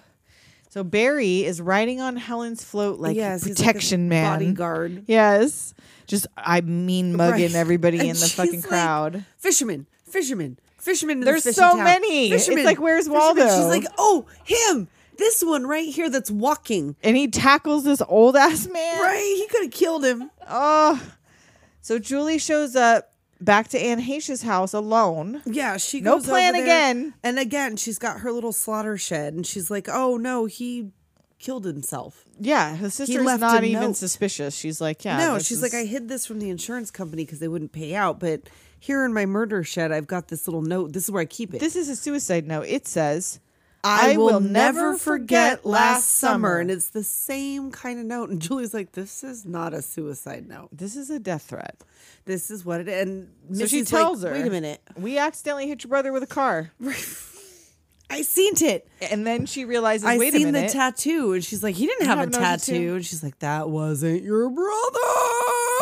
Speaker 5: So Barry is riding on Helen's float like
Speaker 6: Yes, he's like a
Speaker 5: protection man.
Speaker 6: bodyguard.
Speaker 5: Yes. Just I mean mugging
Speaker 6: Right.
Speaker 5: everybody
Speaker 6: And
Speaker 5: in the
Speaker 6: she's
Speaker 5: fucking
Speaker 6: like,
Speaker 5: crowd.
Speaker 6: Fisherman, fisherman, fisherman. in the
Speaker 5: There's
Speaker 6: fishing
Speaker 5: so
Speaker 6: town.
Speaker 5: many. It's
Speaker 6: Fisherman,
Speaker 5: like, where's
Speaker 6: fisherman."
Speaker 5: Waldo?
Speaker 6: She's like, oh, him. This one right here that's walking.
Speaker 5: And he tackles this old ass man.
Speaker 6: Right, he could have killed him.
Speaker 5: Oh. So Julie shows up back to Anne Heche's house alone.
Speaker 6: Yeah, she
Speaker 5: No
Speaker 6: goes
Speaker 5: plan
Speaker 6: over there,
Speaker 5: again.
Speaker 6: And again, she's got her little slaughter shed, and she's like, "Oh no, he killed himself."
Speaker 5: Yeah, his sister's
Speaker 6: left
Speaker 5: not
Speaker 6: a
Speaker 5: even
Speaker 6: note.
Speaker 5: suspicious. She's like, yeah.
Speaker 6: no,
Speaker 5: Ah, this
Speaker 6: she's
Speaker 5: is-
Speaker 6: like, "I hid this from the insurance company because they wouldn't pay out, but here in my murder shed, I've got this little note. This is where I keep it.
Speaker 5: This is a suicide note. It says,
Speaker 6: I,
Speaker 5: I
Speaker 6: will,
Speaker 5: will
Speaker 6: never
Speaker 5: never
Speaker 6: forget
Speaker 5: forget
Speaker 6: last
Speaker 5: last
Speaker 6: summer.
Speaker 5: summer.
Speaker 6: And it's the same kind of note. And Julie's like, this is not a suicide note.
Speaker 5: "This is a death threat."
Speaker 6: This is what it is. And
Speaker 5: So she
Speaker 6: Missy's like,
Speaker 5: tells her,
Speaker 6: wait a minute.
Speaker 5: we accidentally hit your brother with a car."
Speaker 6: I seen it.
Speaker 5: And then she realizes,
Speaker 6: I
Speaker 5: "Wait a
Speaker 6: seen the
Speaker 5: minute."
Speaker 6: tattoo. And she's like, he didn't have,
Speaker 5: have
Speaker 6: a
Speaker 5: no tattoo.
Speaker 6: tattoo. And she's like, that wasn't your brother.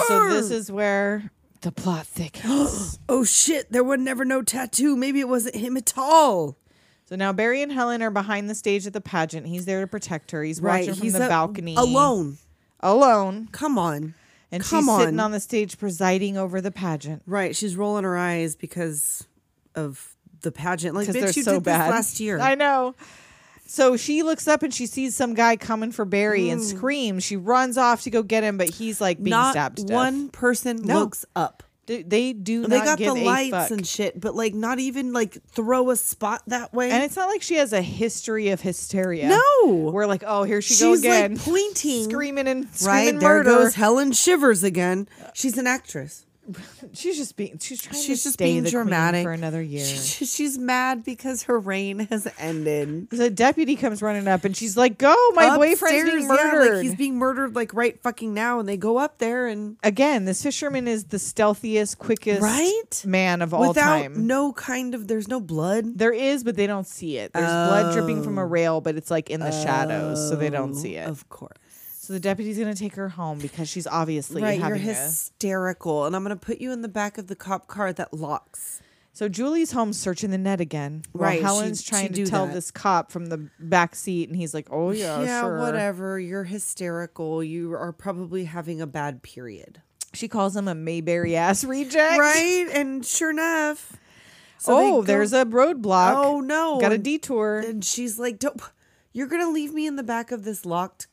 Speaker 5: so this is where the plot thickens.
Speaker 6: Oh shit, there was never no tattoo. Maybe it wasn't him at all.
Speaker 5: so now Barry and Helen are behind the stage at the pageant. He's there to protect her. He's watching from
Speaker 6: he's
Speaker 5: the
Speaker 6: up
Speaker 5: balcony
Speaker 6: Alone.
Speaker 5: alone,
Speaker 6: Come on.
Speaker 5: and
Speaker 6: Come
Speaker 5: she's
Speaker 6: on.
Speaker 5: sitting on the stage presiding over the pageant.
Speaker 6: Right, she's rolling her eyes because of the pageant. Like,
Speaker 5: because they're
Speaker 6: bitch, you
Speaker 5: so
Speaker 6: did
Speaker 5: bad.
Speaker 6: this last year.
Speaker 5: I know. So she looks up and she sees some guy coming for Barry and screams. She runs off to go get him, but he's like being
Speaker 6: not
Speaker 5: stabbed. To death.
Speaker 6: one person
Speaker 5: No.
Speaker 6: looks up.
Speaker 5: D- they do.
Speaker 6: they
Speaker 5: not
Speaker 6: got the
Speaker 5: give a
Speaker 6: lights
Speaker 5: fuck.
Speaker 6: and shit, but like not even like throw a spot that way.
Speaker 5: And it's not like she has a history of hysteria.
Speaker 6: No.
Speaker 5: we're like, oh, here she goes
Speaker 6: she's
Speaker 5: again,
Speaker 6: like pointing,
Speaker 5: screaming and screaming
Speaker 6: Right there
Speaker 5: murder.
Speaker 6: goes Helen Shivers again. She's an actress.
Speaker 5: She's just being. She's trying
Speaker 6: She's
Speaker 5: to
Speaker 6: just
Speaker 5: stay
Speaker 6: being
Speaker 5: the queen
Speaker 6: dramatic
Speaker 5: for another year.
Speaker 6: She- she's mad because her reign has ended.
Speaker 5: the deputy comes running up and she's like, "Go, my boyfriend's being
Speaker 6: Upstairs,
Speaker 5: murdered."
Speaker 6: Yeah, like he's being murdered like right fucking now, and they go up there and
Speaker 5: Again, this fisherman is the stealthiest, quickest
Speaker 6: Right?
Speaker 5: man of all
Speaker 6: without
Speaker 5: time.
Speaker 6: no kind of there's no blood.
Speaker 5: There is, but they don't see it. There's blood dripping from a rail, but it's like in the shadows, so they don't see it.
Speaker 6: Oh. Of course.
Speaker 5: So the deputy's gonna take her home because she's obviously
Speaker 6: Right, you're
Speaker 5: having this.
Speaker 6: hysterical, and I'm gonna put you in the back of the cop car that locks.
Speaker 5: So Julie's home searching the net again. While
Speaker 6: Right, she-
Speaker 5: Helen's
Speaker 6: she
Speaker 5: trying
Speaker 6: do
Speaker 5: to tell
Speaker 6: that.
Speaker 5: this cop from the back seat, and he's like, "Oh yeah,
Speaker 6: yeah,
Speaker 5: sure."
Speaker 6: whatever. You're hysterical. You are probably having a bad period,
Speaker 5: She calls him a Mayberry ass reject.
Speaker 6: right? And sure enough,
Speaker 5: oh, there's a roadblock.
Speaker 6: Oh, no.
Speaker 5: got a
Speaker 6: And-
Speaker 5: detour.
Speaker 6: And she's like, "Don't- "You're gonna leave me in the back of this locked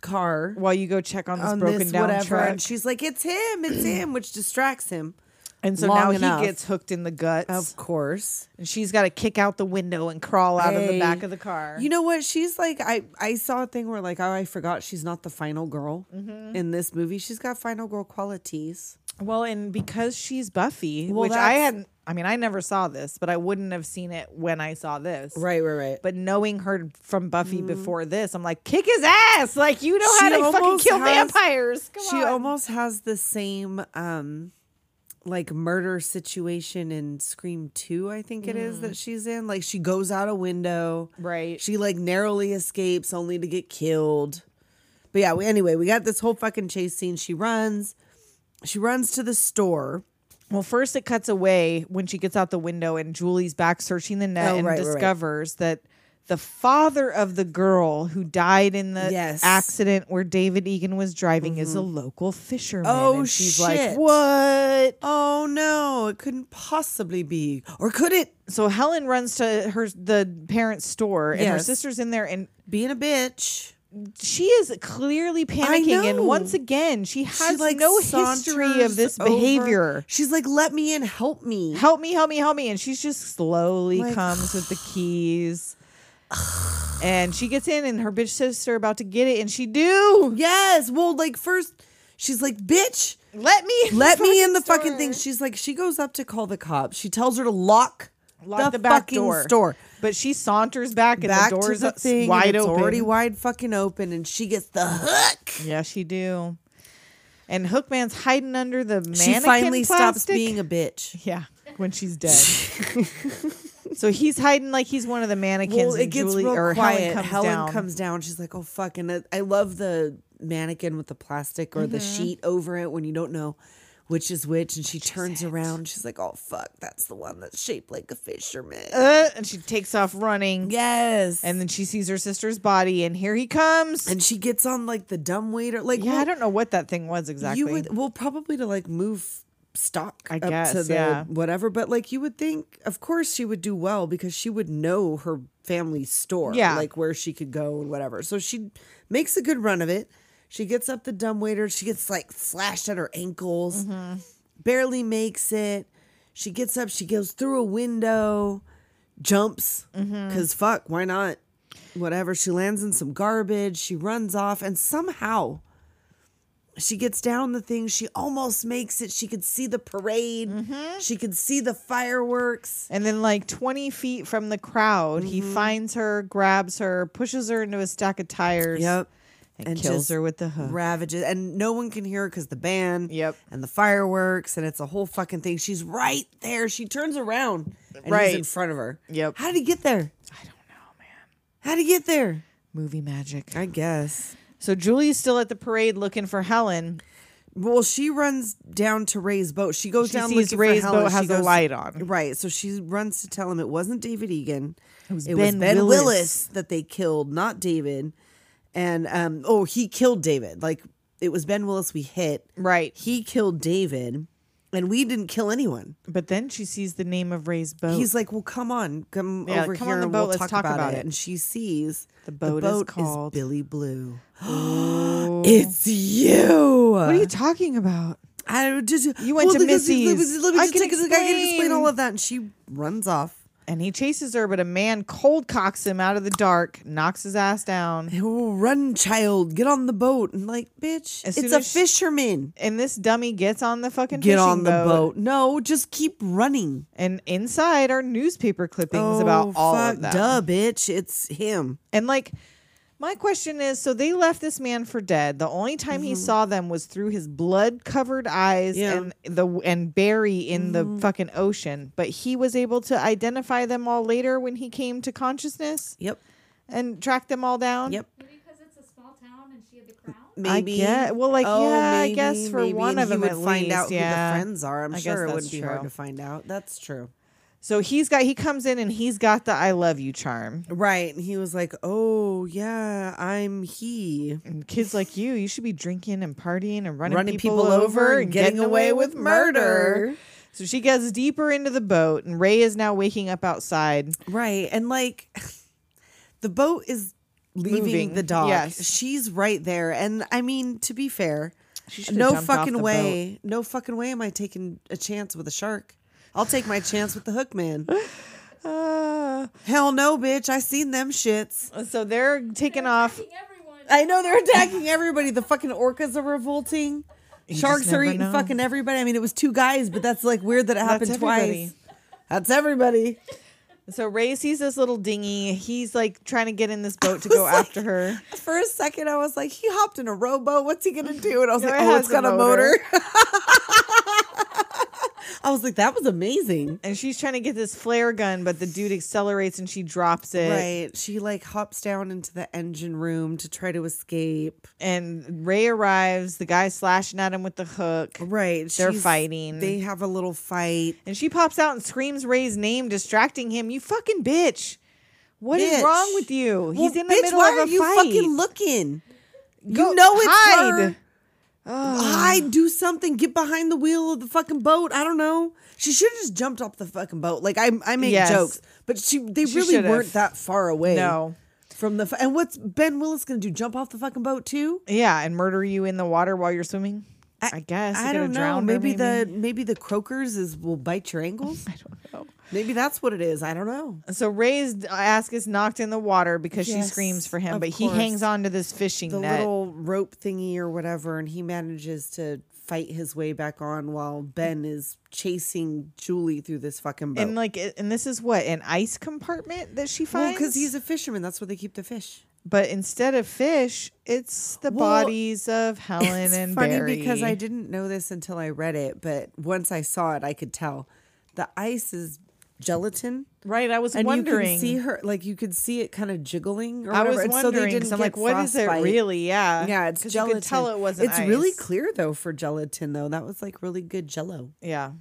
Speaker 6: car
Speaker 5: while you go check on this
Speaker 6: on
Speaker 5: broken
Speaker 6: this
Speaker 5: down
Speaker 6: whatever,
Speaker 5: truck.
Speaker 6: and she's like, "It's him, it's him," which distracts him.
Speaker 5: And so
Speaker 6: long
Speaker 5: now
Speaker 6: enough.
Speaker 5: he gets hooked in the guts.
Speaker 6: Of course,
Speaker 5: and she's got to kick out the window and crawl out of the
Speaker 6: Hey,
Speaker 5: back of the car.
Speaker 6: You know what? She's like, I I saw a thing where like, oh, I forgot she's not the final girl in this movie. She's got final girl qualities.
Speaker 5: well, and because she's Buffy,
Speaker 6: Well,
Speaker 5: which I
Speaker 6: that's-
Speaker 5: hadn't, I mean, I never saw this, but I wouldn't have seen it when I saw this.
Speaker 6: right, right.
Speaker 5: But knowing her from Buffy before this, I'm like, kick his ass! Like, you know
Speaker 6: She
Speaker 5: how to fucking
Speaker 6: almost
Speaker 5: kill
Speaker 6: has-
Speaker 5: vampires. Come
Speaker 6: she
Speaker 5: on.
Speaker 6: almost has the same um like murder situation in Scream 2, I think it is that she's in. Like she goes out a window.
Speaker 5: Right.
Speaker 6: She like narrowly escapes only to get killed. But yeah, we, anyway, we got this whole fucking chase scene. She runs. She runs to the store.
Speaker 5: Well, first it cuts away when she gets out the window and Julie's back searching the net
Speaker 6: Oh,
Speaker 5: and
Speaker 6: right, right, right.
Speaker 5: discovers that the father of the girl who died in the
Speaker 6: Yes.
Speaker 5: accident where David Egan was driving is a local fisherman.
Speaker 6: Oh,
Speaker 5: and she's like,
Speaker 6: shit.
Speaker 5: What?
Speaker 6: Oh no, it couldn't possibly be. Or could it?
Speaker 5: So Helen runs to her the parents' store and her
Speaker 6: Yes.
Speaker 5: sister's in there and
Speaker 6: Being a bitch.
Speaker 5: she is clearly panicking. And
Speaker 6: know.
Speaker 5: once again, she has
Speaker 6: She like
Speaker 5: no history of
Speaker 6: saunters
Speaker 5: this
Speaker 6: over.
Speaker 5: behavior.
Speaker 6: She's like, let me in, help me.
Speaker 5: help me, help me, help me. And she's just slowly
Speaker 6: Like,
Speaker 5: comes with the keys. and she gets in and her bitch sister about to get it and she do.
Speaker 6: Yes. Well, like first, she's like, "Bitch,
Speaker 5: Let me in the
Speaker 6: let me in the fucking
Speaker 5: store."
Speaker 6: thing." She's like, she goes up to call the cops. She tells her to lock,
Speaker 5: Lock the, back
Speaker 6: fucking
Speaker 5: door.
Speaker 6: store.
Speaker 5: But she saunters back and
Speaker 6: Back
Speaker 5: the
Speaker 6: to
Speaker 5: door's
Speaker 6: the
Speaker 5: up-
Speaker 6: thing. and
Speaker 5: wide
Speaker 6: it's
Speaker 5: open.
Speaker 6: already wide fucking open, and she gets the hook.
Speaker 5: yeah, she do. And Hookman's hiding under the mannequin
Speaker 6: She finally stops
Speaker 5: plastic.
Speaker 6: being a bitch.
Speaker 5: Yeah, when she's dead. so he's hiding like he's one of the mannequins.
Speaker 6: Well, it
Speaker 5: and
Speaker 6: gets
Speaker 5: Julie,
Speaker 6: real
Speaker 5: or
Speaker 6: quiet.
Speaker 5: Helen comes down.
Speaker 6: She's like, "Oh fuck!" And I, I love the mannequin with the plastic or the
Speaker 5: Mm-hmm.
Speaker 6: sheet over it when you don't know which is which. And she turns around. She's like, "Oh fuck, that's the one that's shaped like a fisherman."
Speaker 5: Uh, and she takes off running.
Speaker 6: yes.
Speaker 5: And then she sees her sister's body, and here he comes.
Speaker 6: and she gets on like the dumb waiter. Like,
Speaker 5: yeah,
Speaker 6: well,
Speaker 5: I don't know what that thing was exactly.
Speaker 6: You would well probably to like move stock
Speaker 5: I
Speaker 6: up to
Speaker 5: guess,
Speaker 6: the
Speaker 5: yeah.
Speaker 6: whatever. But like, you would think, of course, she would do well because she would know her family's store,
Speaker 5: Yeah.
Speaker 6: like where she could go and whatever. So she makes a good run of it. She gets up the dumb waiter. She gets like slashed at her ankles.
Speaker 5: Mm-hmm.
Speaker 6: Barely makes it. She gets up. She goes through a window, jumps
Speaker 5: Mm-hmm.
Speaker 6: because fuck, why not? whatever. She lands in some garbage. She runs off, and somehow she gets down the thing. She almost makes it. She could see the parade.
Speaker 5: Mm-hmm.
Speaker 6: She could see the fireworks.
Speaker 5: and then, like 20 feet from the crowd, he
Speaker 6: Mm-hmm.
Speaker 5: finds her, grabs her, pushes her into a stack of tires, and,
Speaker 6: and
Speaker 5: kills
Speaker 6: just
Speaker 5: her with the hook.
Speaker 6: Ravages, and no one can hear her because the band.
Speaker 5: Yep.
Speaker 6: And the fireworks, and it's a whole fucking thing. She's right there. She turns around, and he's in
Speaker 5: Right.
Speaker 6: front of her.
Speaker 5: Yep.
Speaker 6: How did he get there? I don't know, man. How did he get there?
Speaker 5: Movie magic.
Speaker 6: I guess.
Speaker 5: So Julie's still at the parade looking for Helen.
Speaker 6: Well, she runs down to Ray's boat. She goes
Speaker 5: She
Speaker 6: down.
Speaker 5: sees
Speaker 6: looking
Speaker 5: Ray's
Speaker 6: for Helen.
Speaker 5: boat
Speaker 6: She
Speaker 5: has a
Speaker 6: goes-
Speaker 5: light on.
Speaker 6: Right. So she runs to tell him it wasn't David Egan. It was
Speaker 5: Ben
Speaker 6: Ben
Speaker 5: Willis.
Speaker 6: Willis. that they killed, not David. And um, oh, he killed David. Like it was Ben Willis we hit.
Speaker 5: Right.
Speaker 6: He killed David, and we didn't kill anyone.
Speaker 5: But then she sees the name of Ray's boat.
Speaker 6: He's like, "Well, come on, come
Speaker 5: Yeah,
Speaker 6: over
Speaker 5: come
Speaker 6: here
Speaker 5: on the
Speaker 6: and
Speaker 5: boat,
Speaker 6: we'll
Speaker 5: let's
Speaker 6: talk, about, it. And she sees
Speaker 5: The boat is called-
Speaker 6: Billy Blue. it's you.
Speaker 5: what are you talking about?
Speaker 6: I don't- just
Speaker 5: You went to
Speaker 6: let me- let me-
Speaker 5: Missy's.
Speaker 6: Let me
Speaker 5: I
Speaker 6: just
Speaker 5: can
Speaker 6: take a second. I can explain
Speaker 5: explain.
Speaker 6: all of that, and she runs off.
Speaker 5: And he chases her, but a man cold cocks him out of the dark, knocks his ass down.
Speaker 6: Oh, run, child, get on the boat, and like, bitch,
Speaker 5: As
Speaker 6: it's
Speaker 5: soon
Speaker 6: a
Speaker 5: as she-
Speaker 6: fisherman.
Speaker 5: And this dummy gets on the fucking
Speaker 6: Get
Speaker 5: fishing
Speaker 6: on the boat. No, just keep running.
Speaker 5: And inside are newspaper clippings
Speaker 6: Oh,
Speaker 5: about all of that.
Speaker 6: duh, bitch, it's him.
Speaker 5: And like, my question is: so they left this man for dead. The only time he saw them was through his blood-covered eyes
Speaker 6: Mm-hmm. Yeah. Mm-hmm.
Speaker 5: and the and Barry in the fucking ocean. But he was able to identify them all later when he came to consciousness
Speaker 6: Yep,
Speaker 5: and track them all down.
Speaker 6: yep.
Speaker 9: because it's a small town and she had the crown.
Speaker 6: Maybe.
Speaker 5: get- well, like, yeah, I guess for
Speaker 6: and
Speaker 5: one of
Speaker 6: he
Speaker 5: them
Speaker 6: would
Speaker 5: at
Speaker 6: find
Speaker 5: least,
Speaker 6: out
Speaker 5: yeah.
Speaker 6: who the friends are. I'm
Speaker 5: I guess
Speaker 6: sure it
Speaker 5: that's
Speaker 6: wouldn't be hard
Speaker 5: true.
Speaker 6: to find out. That's true.
Speaker 5: So he's got he comes in and he's got the "I love you" charm.
Speaker 6: Right. And he was like, "Oh yeah, I'm he."
Speaker 5: And kids like you, you should be drinking and partying and running,
Speaker 6: Running
Speaker 5: people,
Speaker 6: people
Speaker 5: over and getting, away with murder.
Speaker 6: murder.
Speaker 5: So she gets deeper into the boat, and Ray is now waking up outside.
Speaker 6: Right. And like the boat is leaving
Speaker 5: Moving,
Speaker 6: the dog.
Speaker 5: yes.
Speaker 6: She's right there. And I mean, to be fair,
Speaker 5: She should've
Speaker 6: no
Speaker 5: jumped off
Speaker 6: fucking
Speaker 5: the
Speaker 6: way. No fucking way am I taking a chance with a shark. I'll take my chance with the hook man.
Speaker 5: boat.
Speaker 6: Hell no, bitch. I seen them shits.
Speaker 5: Uh, so they're taking off.
Speaker 9: Everyone.
Speaker 6: I know they're attacking everybody. The fucking orcas are revolting.
Speaker 5: just
Speaker 6: Sharks are
Speaker 5: never
Speaker 6: eating
Speaker 5: know.
Speaker 6: fucking everybody. I mean, it was two guys, but that's like weird that it happened twice.
Speaker 5: everybody.
Speaker 6: That's everybody.
Speaker 5: So Ray sees this little dinghy. He's like trying to get in this boat to go
Speaker 6: was like-
Speaker 5: after her.
Speaker 6: For a second, I was like, he hopped in a rowboat. What's he gonna do? And I was
Speaker 5: No,
Speaker 6: like,
Speaker 5: it
Speaker 6: oh, it's
Speaker 5: has a
Speaker 6: got a motor.
Speaker 5: motor.
Speaker 6: I was like, that was amazing.
Speaker 5: And she's trying to get this flare gun, but the dude accelerates and she drops it.
Speaker 6: Right. She like hops down into the engine room to try to escape.
Speaker 5: And Ray arrives. The guy's slashing at him with the hook.
Speaker 6: Right.
Speaker 5: They're fighting.
Speaker 6: They have a little fight.
Speaker 5: And she pops out and screams Ray's name, distracting him. You fucking bitch. What is
Speaker 6: Bitch.
Speaker 5: wrong with you? He's
Speaker 6: Well,
Speaker 5: in the
Speaker 6: bitch,
Speaker 5: middle
Speaker 6: why
Speaker 5: of a
Speaker 6: are you
Speaker 5: fight.
Speaker 6: fucking looking?
Speaker 5: Go-
Speaker 6: you know it's
Speaker 5: hide.
Speaker 6: her. Hide, do something, get behind the wheel of the fucking boat. I don't know. She should have just jumped off the fucking boat. Like I, I make
Speaker 5: Yes.
Speaker 6: jokes, but she they
Speaker 5: She
Speaker 6: really
Speaker 5: should've.
Speaker 6: weren't that far away.
Speaker 5: No.
Speaker 6: from the fu- and what's Ben Willis gonna do? Jump off the fucking boat too?
Speaker 5: Yeah, and murder you in the water while you're swimming. I, guess You're
Speaker 6: I
Speaker 5: gonna
Speaker 6: don't know.
Speaker 5: drown her,
Speaker 6: Maybe, the maybe the croakers is will bite your ankles. I don't know. Maybe that's what it is. I don't know.
Speaker 5: so Ray's ass gets knocked in the water because she
Speaker 6: Yes,
Speaker 5: screams for him,
Speaker 6: of
Speaker 5: but he
Speaker 6: course.
Speaker 5: hangs on to this fishing
Speaker 6: The
Speaker 5: net.
Speaker 6: little rope thingy or whatever, and he manages to fight his way back on while Ben is chasing Julie through this fucking boat.
Speaker 5: and like, it- and this is what an ice compartment that she
Speaker 6: Well,
Speaker 5: finds.
Speaker 6: because he's a fisherman. That's where they keep the fish.
Speaker 5: but instead of fish, it's the
Speaker 6: Well,
Speaker 5: bodies of Helen
Speaker 6: it's
Speaker 5: and
Speaker 6: funny
Speaker 5: Barry.
Speaker 6: because I didn't know this until I read it, but once I saw it, I could tell the ice is gelatin.
Speaker 5: right. I was
Speaker 6: And
Speaker 5: wondering.
Speaker 6: you could see her, like you could see it kind of jiggling. Or
Speaker 5: I was
Speaker 6: whatever, and so they
Speaker 5: wondering.
Speaker 6: didn't
Speaker 5: so I'm
Speaker 6: get
Speaker 5: like, what is it
Speaker 6: frostbite.
Speaker 5: really? Yeah.
Speaker 6: Yeah, it's
Speaker 5: 'Cause
Speaker 6: gelatin.
Speaker 5: You could tell it wasn't.
Speaker 6: It's really
Speaker 5: ice.
Speaker 6: clear though for gelatin though. That was like really good Jello.
Speaker 5: Yeah.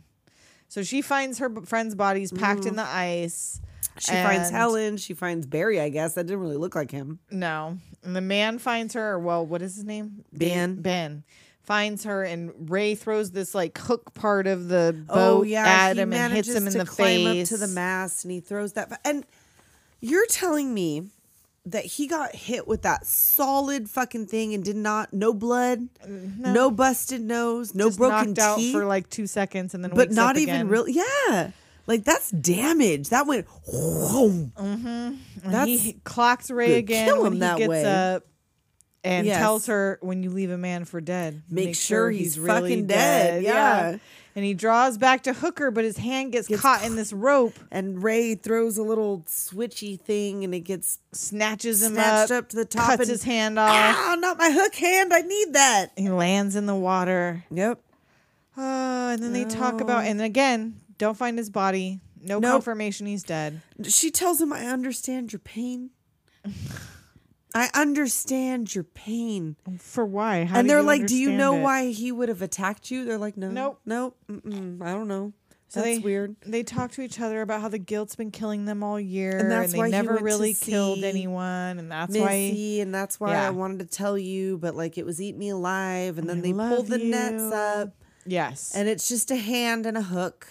Speaker 5: So she finds her b- friend's bodies packed
Speaker 6: Mm.
Speaker 5: in the ice.
Speaker 6: She finds
Speaker 5: and-
Speaker 6: Helen. She finds Barry. I guess that didn't really look like him.
Speaker 5: No. And the man finds her, or well, what is his name?
Speaker 6: Ben.
Speaker 5: Ben. Finds her, and Ray throws this like hook part of the boat
Speaker 6: oh yeah,
Speaker 5: at
Speaker 6: he
Speaker 5: him and hits
Speaker 6: manages
Speaker 5: him in
Speaker 6: to
Speaker 5: the
Speaker 6: climb
Speaker 5: face.
Speaker 6: up to the mast, and he throws that. And you're telling me that he got hit with that solid fucking thing and did not no blood, no, busted nose, no
Speaker 5: Mm, Just
Speaker 6: broken
Speaker 5: knocked out
Speaker 6: teeth,
Speaker 5: for like two seconds, and then
Speaker 6: but
Speaker 5: wakes
Speaker 6: not
Speaker 5: up
Speaker 6: even
Speaker 5: again.
Speaker 6: real. Yeah, like that's damage. That went. Whoa.
Speaker 5: Mm-hmm. And
Speaker 6: That's
Speaker 5: he h- clocks Ray
Speaker 6: good.
Speaker 5: again
Speaker 6: Kill
Speaker 5: when
Speaker 6: him
Speaker 5: he
Speaker 6: that
Speaker 5: gets
Speaker 6: way.
Speaker 5: up and
Speaker 6: Yes.
Speaker 5: tells her when you leave a man for dead,
Speaker 6: Make sure he's fucking dead." Yeah.
Speaker 5: And he draws back to Hooker, but his hand gets,
Speaker 6: Gets
Speaker 5: caught in this rope,
Speaker 6: and Ray throws a little switchy thing, and it gets
Speaker 5: snatches him
Speaker 6: snatched
Speaker 5: up,
Speaker 6: up, to the top.
Speaker 5: cuts
Speaker 6: and,
Speaker 5: his hand off.
Speaker 6: Ah, not my hook hand. I need that.
Speaker 5: He lands in the water.
Speaker 6: Yep.
Speaker 5: Oh, and then they talk about, and again, don't find his body. No
Speaker 6: Nope.
Speaker 5: confirmation he's dead.
Speaker 6: She tells him, I understand your pain. I understand your pain.
Speaker 5: For why? How
Speaker 6: and
Speaker 5: do
Speaker 6: they're
Speaker 5: you
Speaker 6: like, Do you
Speaker 5: understand
Speaker 6: know
Speaker 5: it?"
Speaker 6: why he would have attacked you? They're like, No.
Speaker 5: Nope.
Speaker 6: Nope. Mm-mm, I don't know.
Speaker 5: So
Speaker 6: that's
Speaker 5: they,
Speaker 6: weird.
Speaker 5: They talk to each other about how the guilt's been killing them all year,
Speaker 6: And
Speaker 5: and,
Speaker 6: that's
Speaker 5: they
Speaker 6: why he
Speaker 5: never
Speaker 6: went to
Speaker 5: really killed
Speaker 6: see
Speaker 5: anyone, and that's why.
Speaker 6: Missy, and that's why
Speaker 5: Yeah.
Speaker 6: I wanted to tell you, but like it was eat me alive. And then
Speaker 5: I
Speaker 6: they pull
Speaker 5: love
Speaker 6: the nets
Speaker 5: you.
Speaker 6: up,
Speaker 5: Yes. And,
Speaker 6: and it's just a hand and a hook.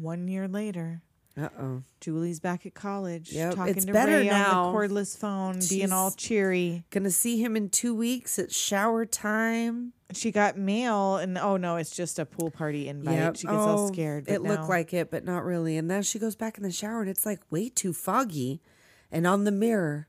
Speaker 5: one year later,
Speaker 6: Uh oh.
Speaker 5: Julie's back at college,
Speaker 6: Yep,
Speaker 5: talking
Speaker 6: it's
Speaker 5: to
Speaker 6: better
Speaker 5: Ray
Speaker 6: now.
Speaker 5: on the cordless phone, being all
Speaker 6: She's-
Speaker 5: cheery.
Speaker 6: Gonna see him in two weeks. It's shower time.
Speaker 5: She got mail, and oh no, it's just a pool party invite. She gets all
Speaker 6: Oh,
Speaker 5: scared. but
Speaker 6: It looked
Speaker 5: no.
Speaker 6: like it, but not really. And then she goes back in the shower and it's like way too foggy. And on the mirror,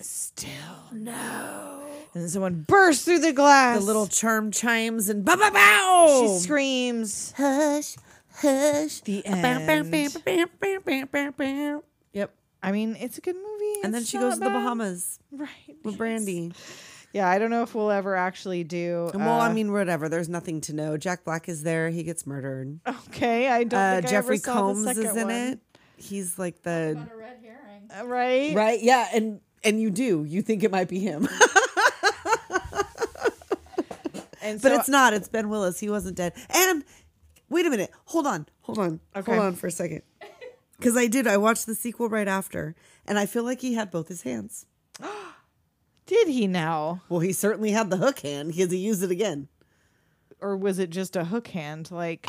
Speaker 5: still no. And then someone bursts through the glass.
Speaker 6: the little Oh. charm chimes and bow bow bow.
Speaker 5: She screams.
Speaker 6: hush, hush.
Speaker 5: The
Speaker 6: Bam, bam, bam,
Speaker 5: end.
Speaker 6: bam, bam, bam, bam, bam. Yep.
Speaker 5: I mean, it's a good movie.
Speaker 6: And then
Speaker 5: It's
Speaker 6: she goes
Speaker 5: not
Speaker 6: to the
Speaker 5: bad.
Speaker 6: Bahamas
Speaker 5: Right.
Speaker 6: with Brandy.
Speaker 5: Yeah, I don't know if we'll ever actually do.
Speaker 6: And well,
Speaker 5: uh,
Speaker 6: I mean, whatever. There's nothing to know. Jack Black is there. He gets murdered.
Speaker 5: okay, I don't.
Speaker 6: Uh,
Speaker 5: think
Speaker 6: Jeffrey
Speaker 5: I ever saw
Speaker 6: Combs
Speaker 5: the
Speaker 6: is
Speaker 5: second
Speaker 6: in
Speaker 5: one.
Speaker 6: it. He's like the
Speaker 9: a red herring.
Speaker 5: Uh, right?
Speaker 6: right. Yeah, and and you do. You think it might be him.
Speaker 5: And so,
Speaker 6: But it's not. It's Ben Willis. He wasn't dead. And wait a minute. Hold on. Hold on.
Speaker 5: Okay.
Speaker 6: Hold on for a second. Because I did. I watched the sequel right after, and I feel like he had both his hands.
Speaker 5: Did he now,
Speaker 6: Well, he certainly had the hook hand because he used it again.
Speaker 5: or was it just a hook hand? Like,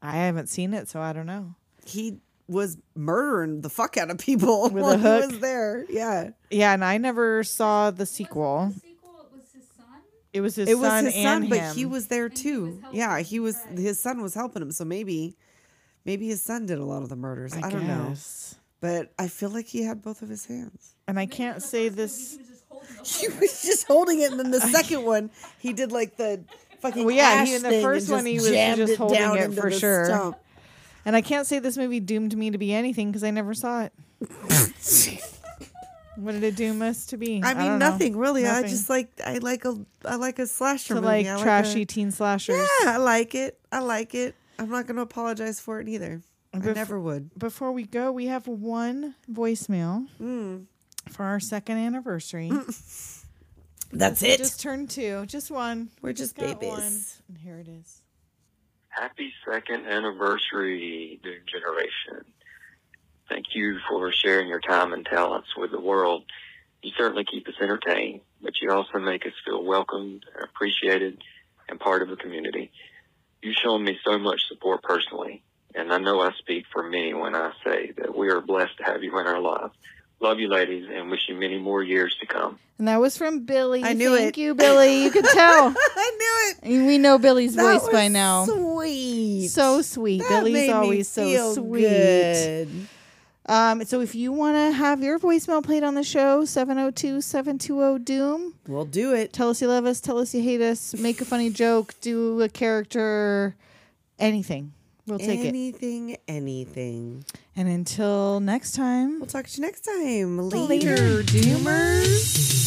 Speaker 5: I haven't seen it, so I don't know.
Speaker 6: He was murdering the fuck out of people
Speaker 5: With a
Speaker 6: while
Speaker 5: hook.
Speaker 6: he was there. Yeah.
Speaker 5: Yeah, and I never saw the sequel.
Speaker 9: The sequel was his son.
Speaker 5: It was his
Speaker 6: it was
Speaker 5: son
Speaker 6: his son,
Speaker 5: and
Speaker 6: but
Speaker 5: him.
Speaker 6: he was there
Speaker 9: he was
Speaker 6: too.
Speaker 9: helping
Speaker 6: yeah,
Speaker 9: him,
Speaker 6: he was
Speaker 9: right.
Speaker 6: his son was helping him, so maybe maybe his son did a lot of the murders. I, don't know.
Speaker 5: guess.
Speaker 6: But I feel like he had both of his hands.
Speaker 5: And I can't say this.
Speaker 9: He was just holding the
Speaker 6: He was just holding it and then the second one he did like the fucking
Speaker 5: Well, yeah,
Speaker 6: ash
Speaker 5: he- in the
Speaker 6: thing and
Speaker 5: first one,
Speaker 6: just
Speaker 5: he was
Speaker 6: jammed
Speaker 5: just holding
Speaker 6: down
Speaker 5: it
Speaker 6: into
Speaker 5: for
Speaker 6: the
Speaker 5: sure.
Speaker 6: stump.
Speaker 5: And I can't say this movie doomed me to be anything because I never saw it. what did it doom us to be?
Speaker 6: I mean
Speaker 5: don't know.
Speaker 6: nothing really. I
Speaker 5: Nothing.
Speaker 6: just like I like a I like a slasher
Speaker 5: to
Speaker 6: movie.
Speaker 5: like
Speaker 6: I a-
Speaker 5: trashy teen slashers.
Speaker 6: yeah, I like it. I like it. I'm not going to apologize for it either. I
Speaker 5: Bef-
Speaker 6: never would.
Speaker 5: Before we go, we have one voicemail Mm. for our second anniversary.
Speaker 6: That's it.
Speaker 5: Just turned two, just one.
Speaker 6: We're
Speaker 5: We
Speaker 6: just
Speaker 5: got one.
Speaker 6: babies.
Speaker 5: And here it is.
Speaker 10: Happy second anniversary, Doom Generation. Thank you for sharing your time and talents with the world. You certainly keep us entertained, but you also make us feel welcomed, and appreciated, and part of the community. You've shown me so much support personally, and I know I speak for many when I say that we are blessed to have you in our lives. Love you, ladies, and wish you many more years to come.
Speaker 5: And that was from Billy.
Speaker 6: I knew
Speaker 5: Thank
Speaker 6: it.
Speaker 5: you, Billy. You could tell.
Speaker 6: I knew it.
Speaker 5: we know Billy's
Speaker 6: That
Speaker 5: voice by
Speaker 6: was
Speaker 5: now.
Speaker 6: Sweet.
Speaker 5: So sweet.
Speaker 6: That made
Speaker 5: Billy's
Speaker 6: me
Speaker 5: always so
Speaker 6: feel
Speaker 5: sweet.
Speaker 6: good.
Speaker 5: Um, so if you want to have your voicemail played on the show, 702-720-DOOM.
Speaker 6: We'll do it.
Speaker 5: oh, Tell us you love us. Tell us you hate us. Make a funny joke. Do a character. Anything. We'll take it.
Speaker 6: anything, anything.
Speaker 5: And until next time.
Speaker 6: We'll talk to you next time.
Speaker 5: Later,
Speaker 6: Later, doomers.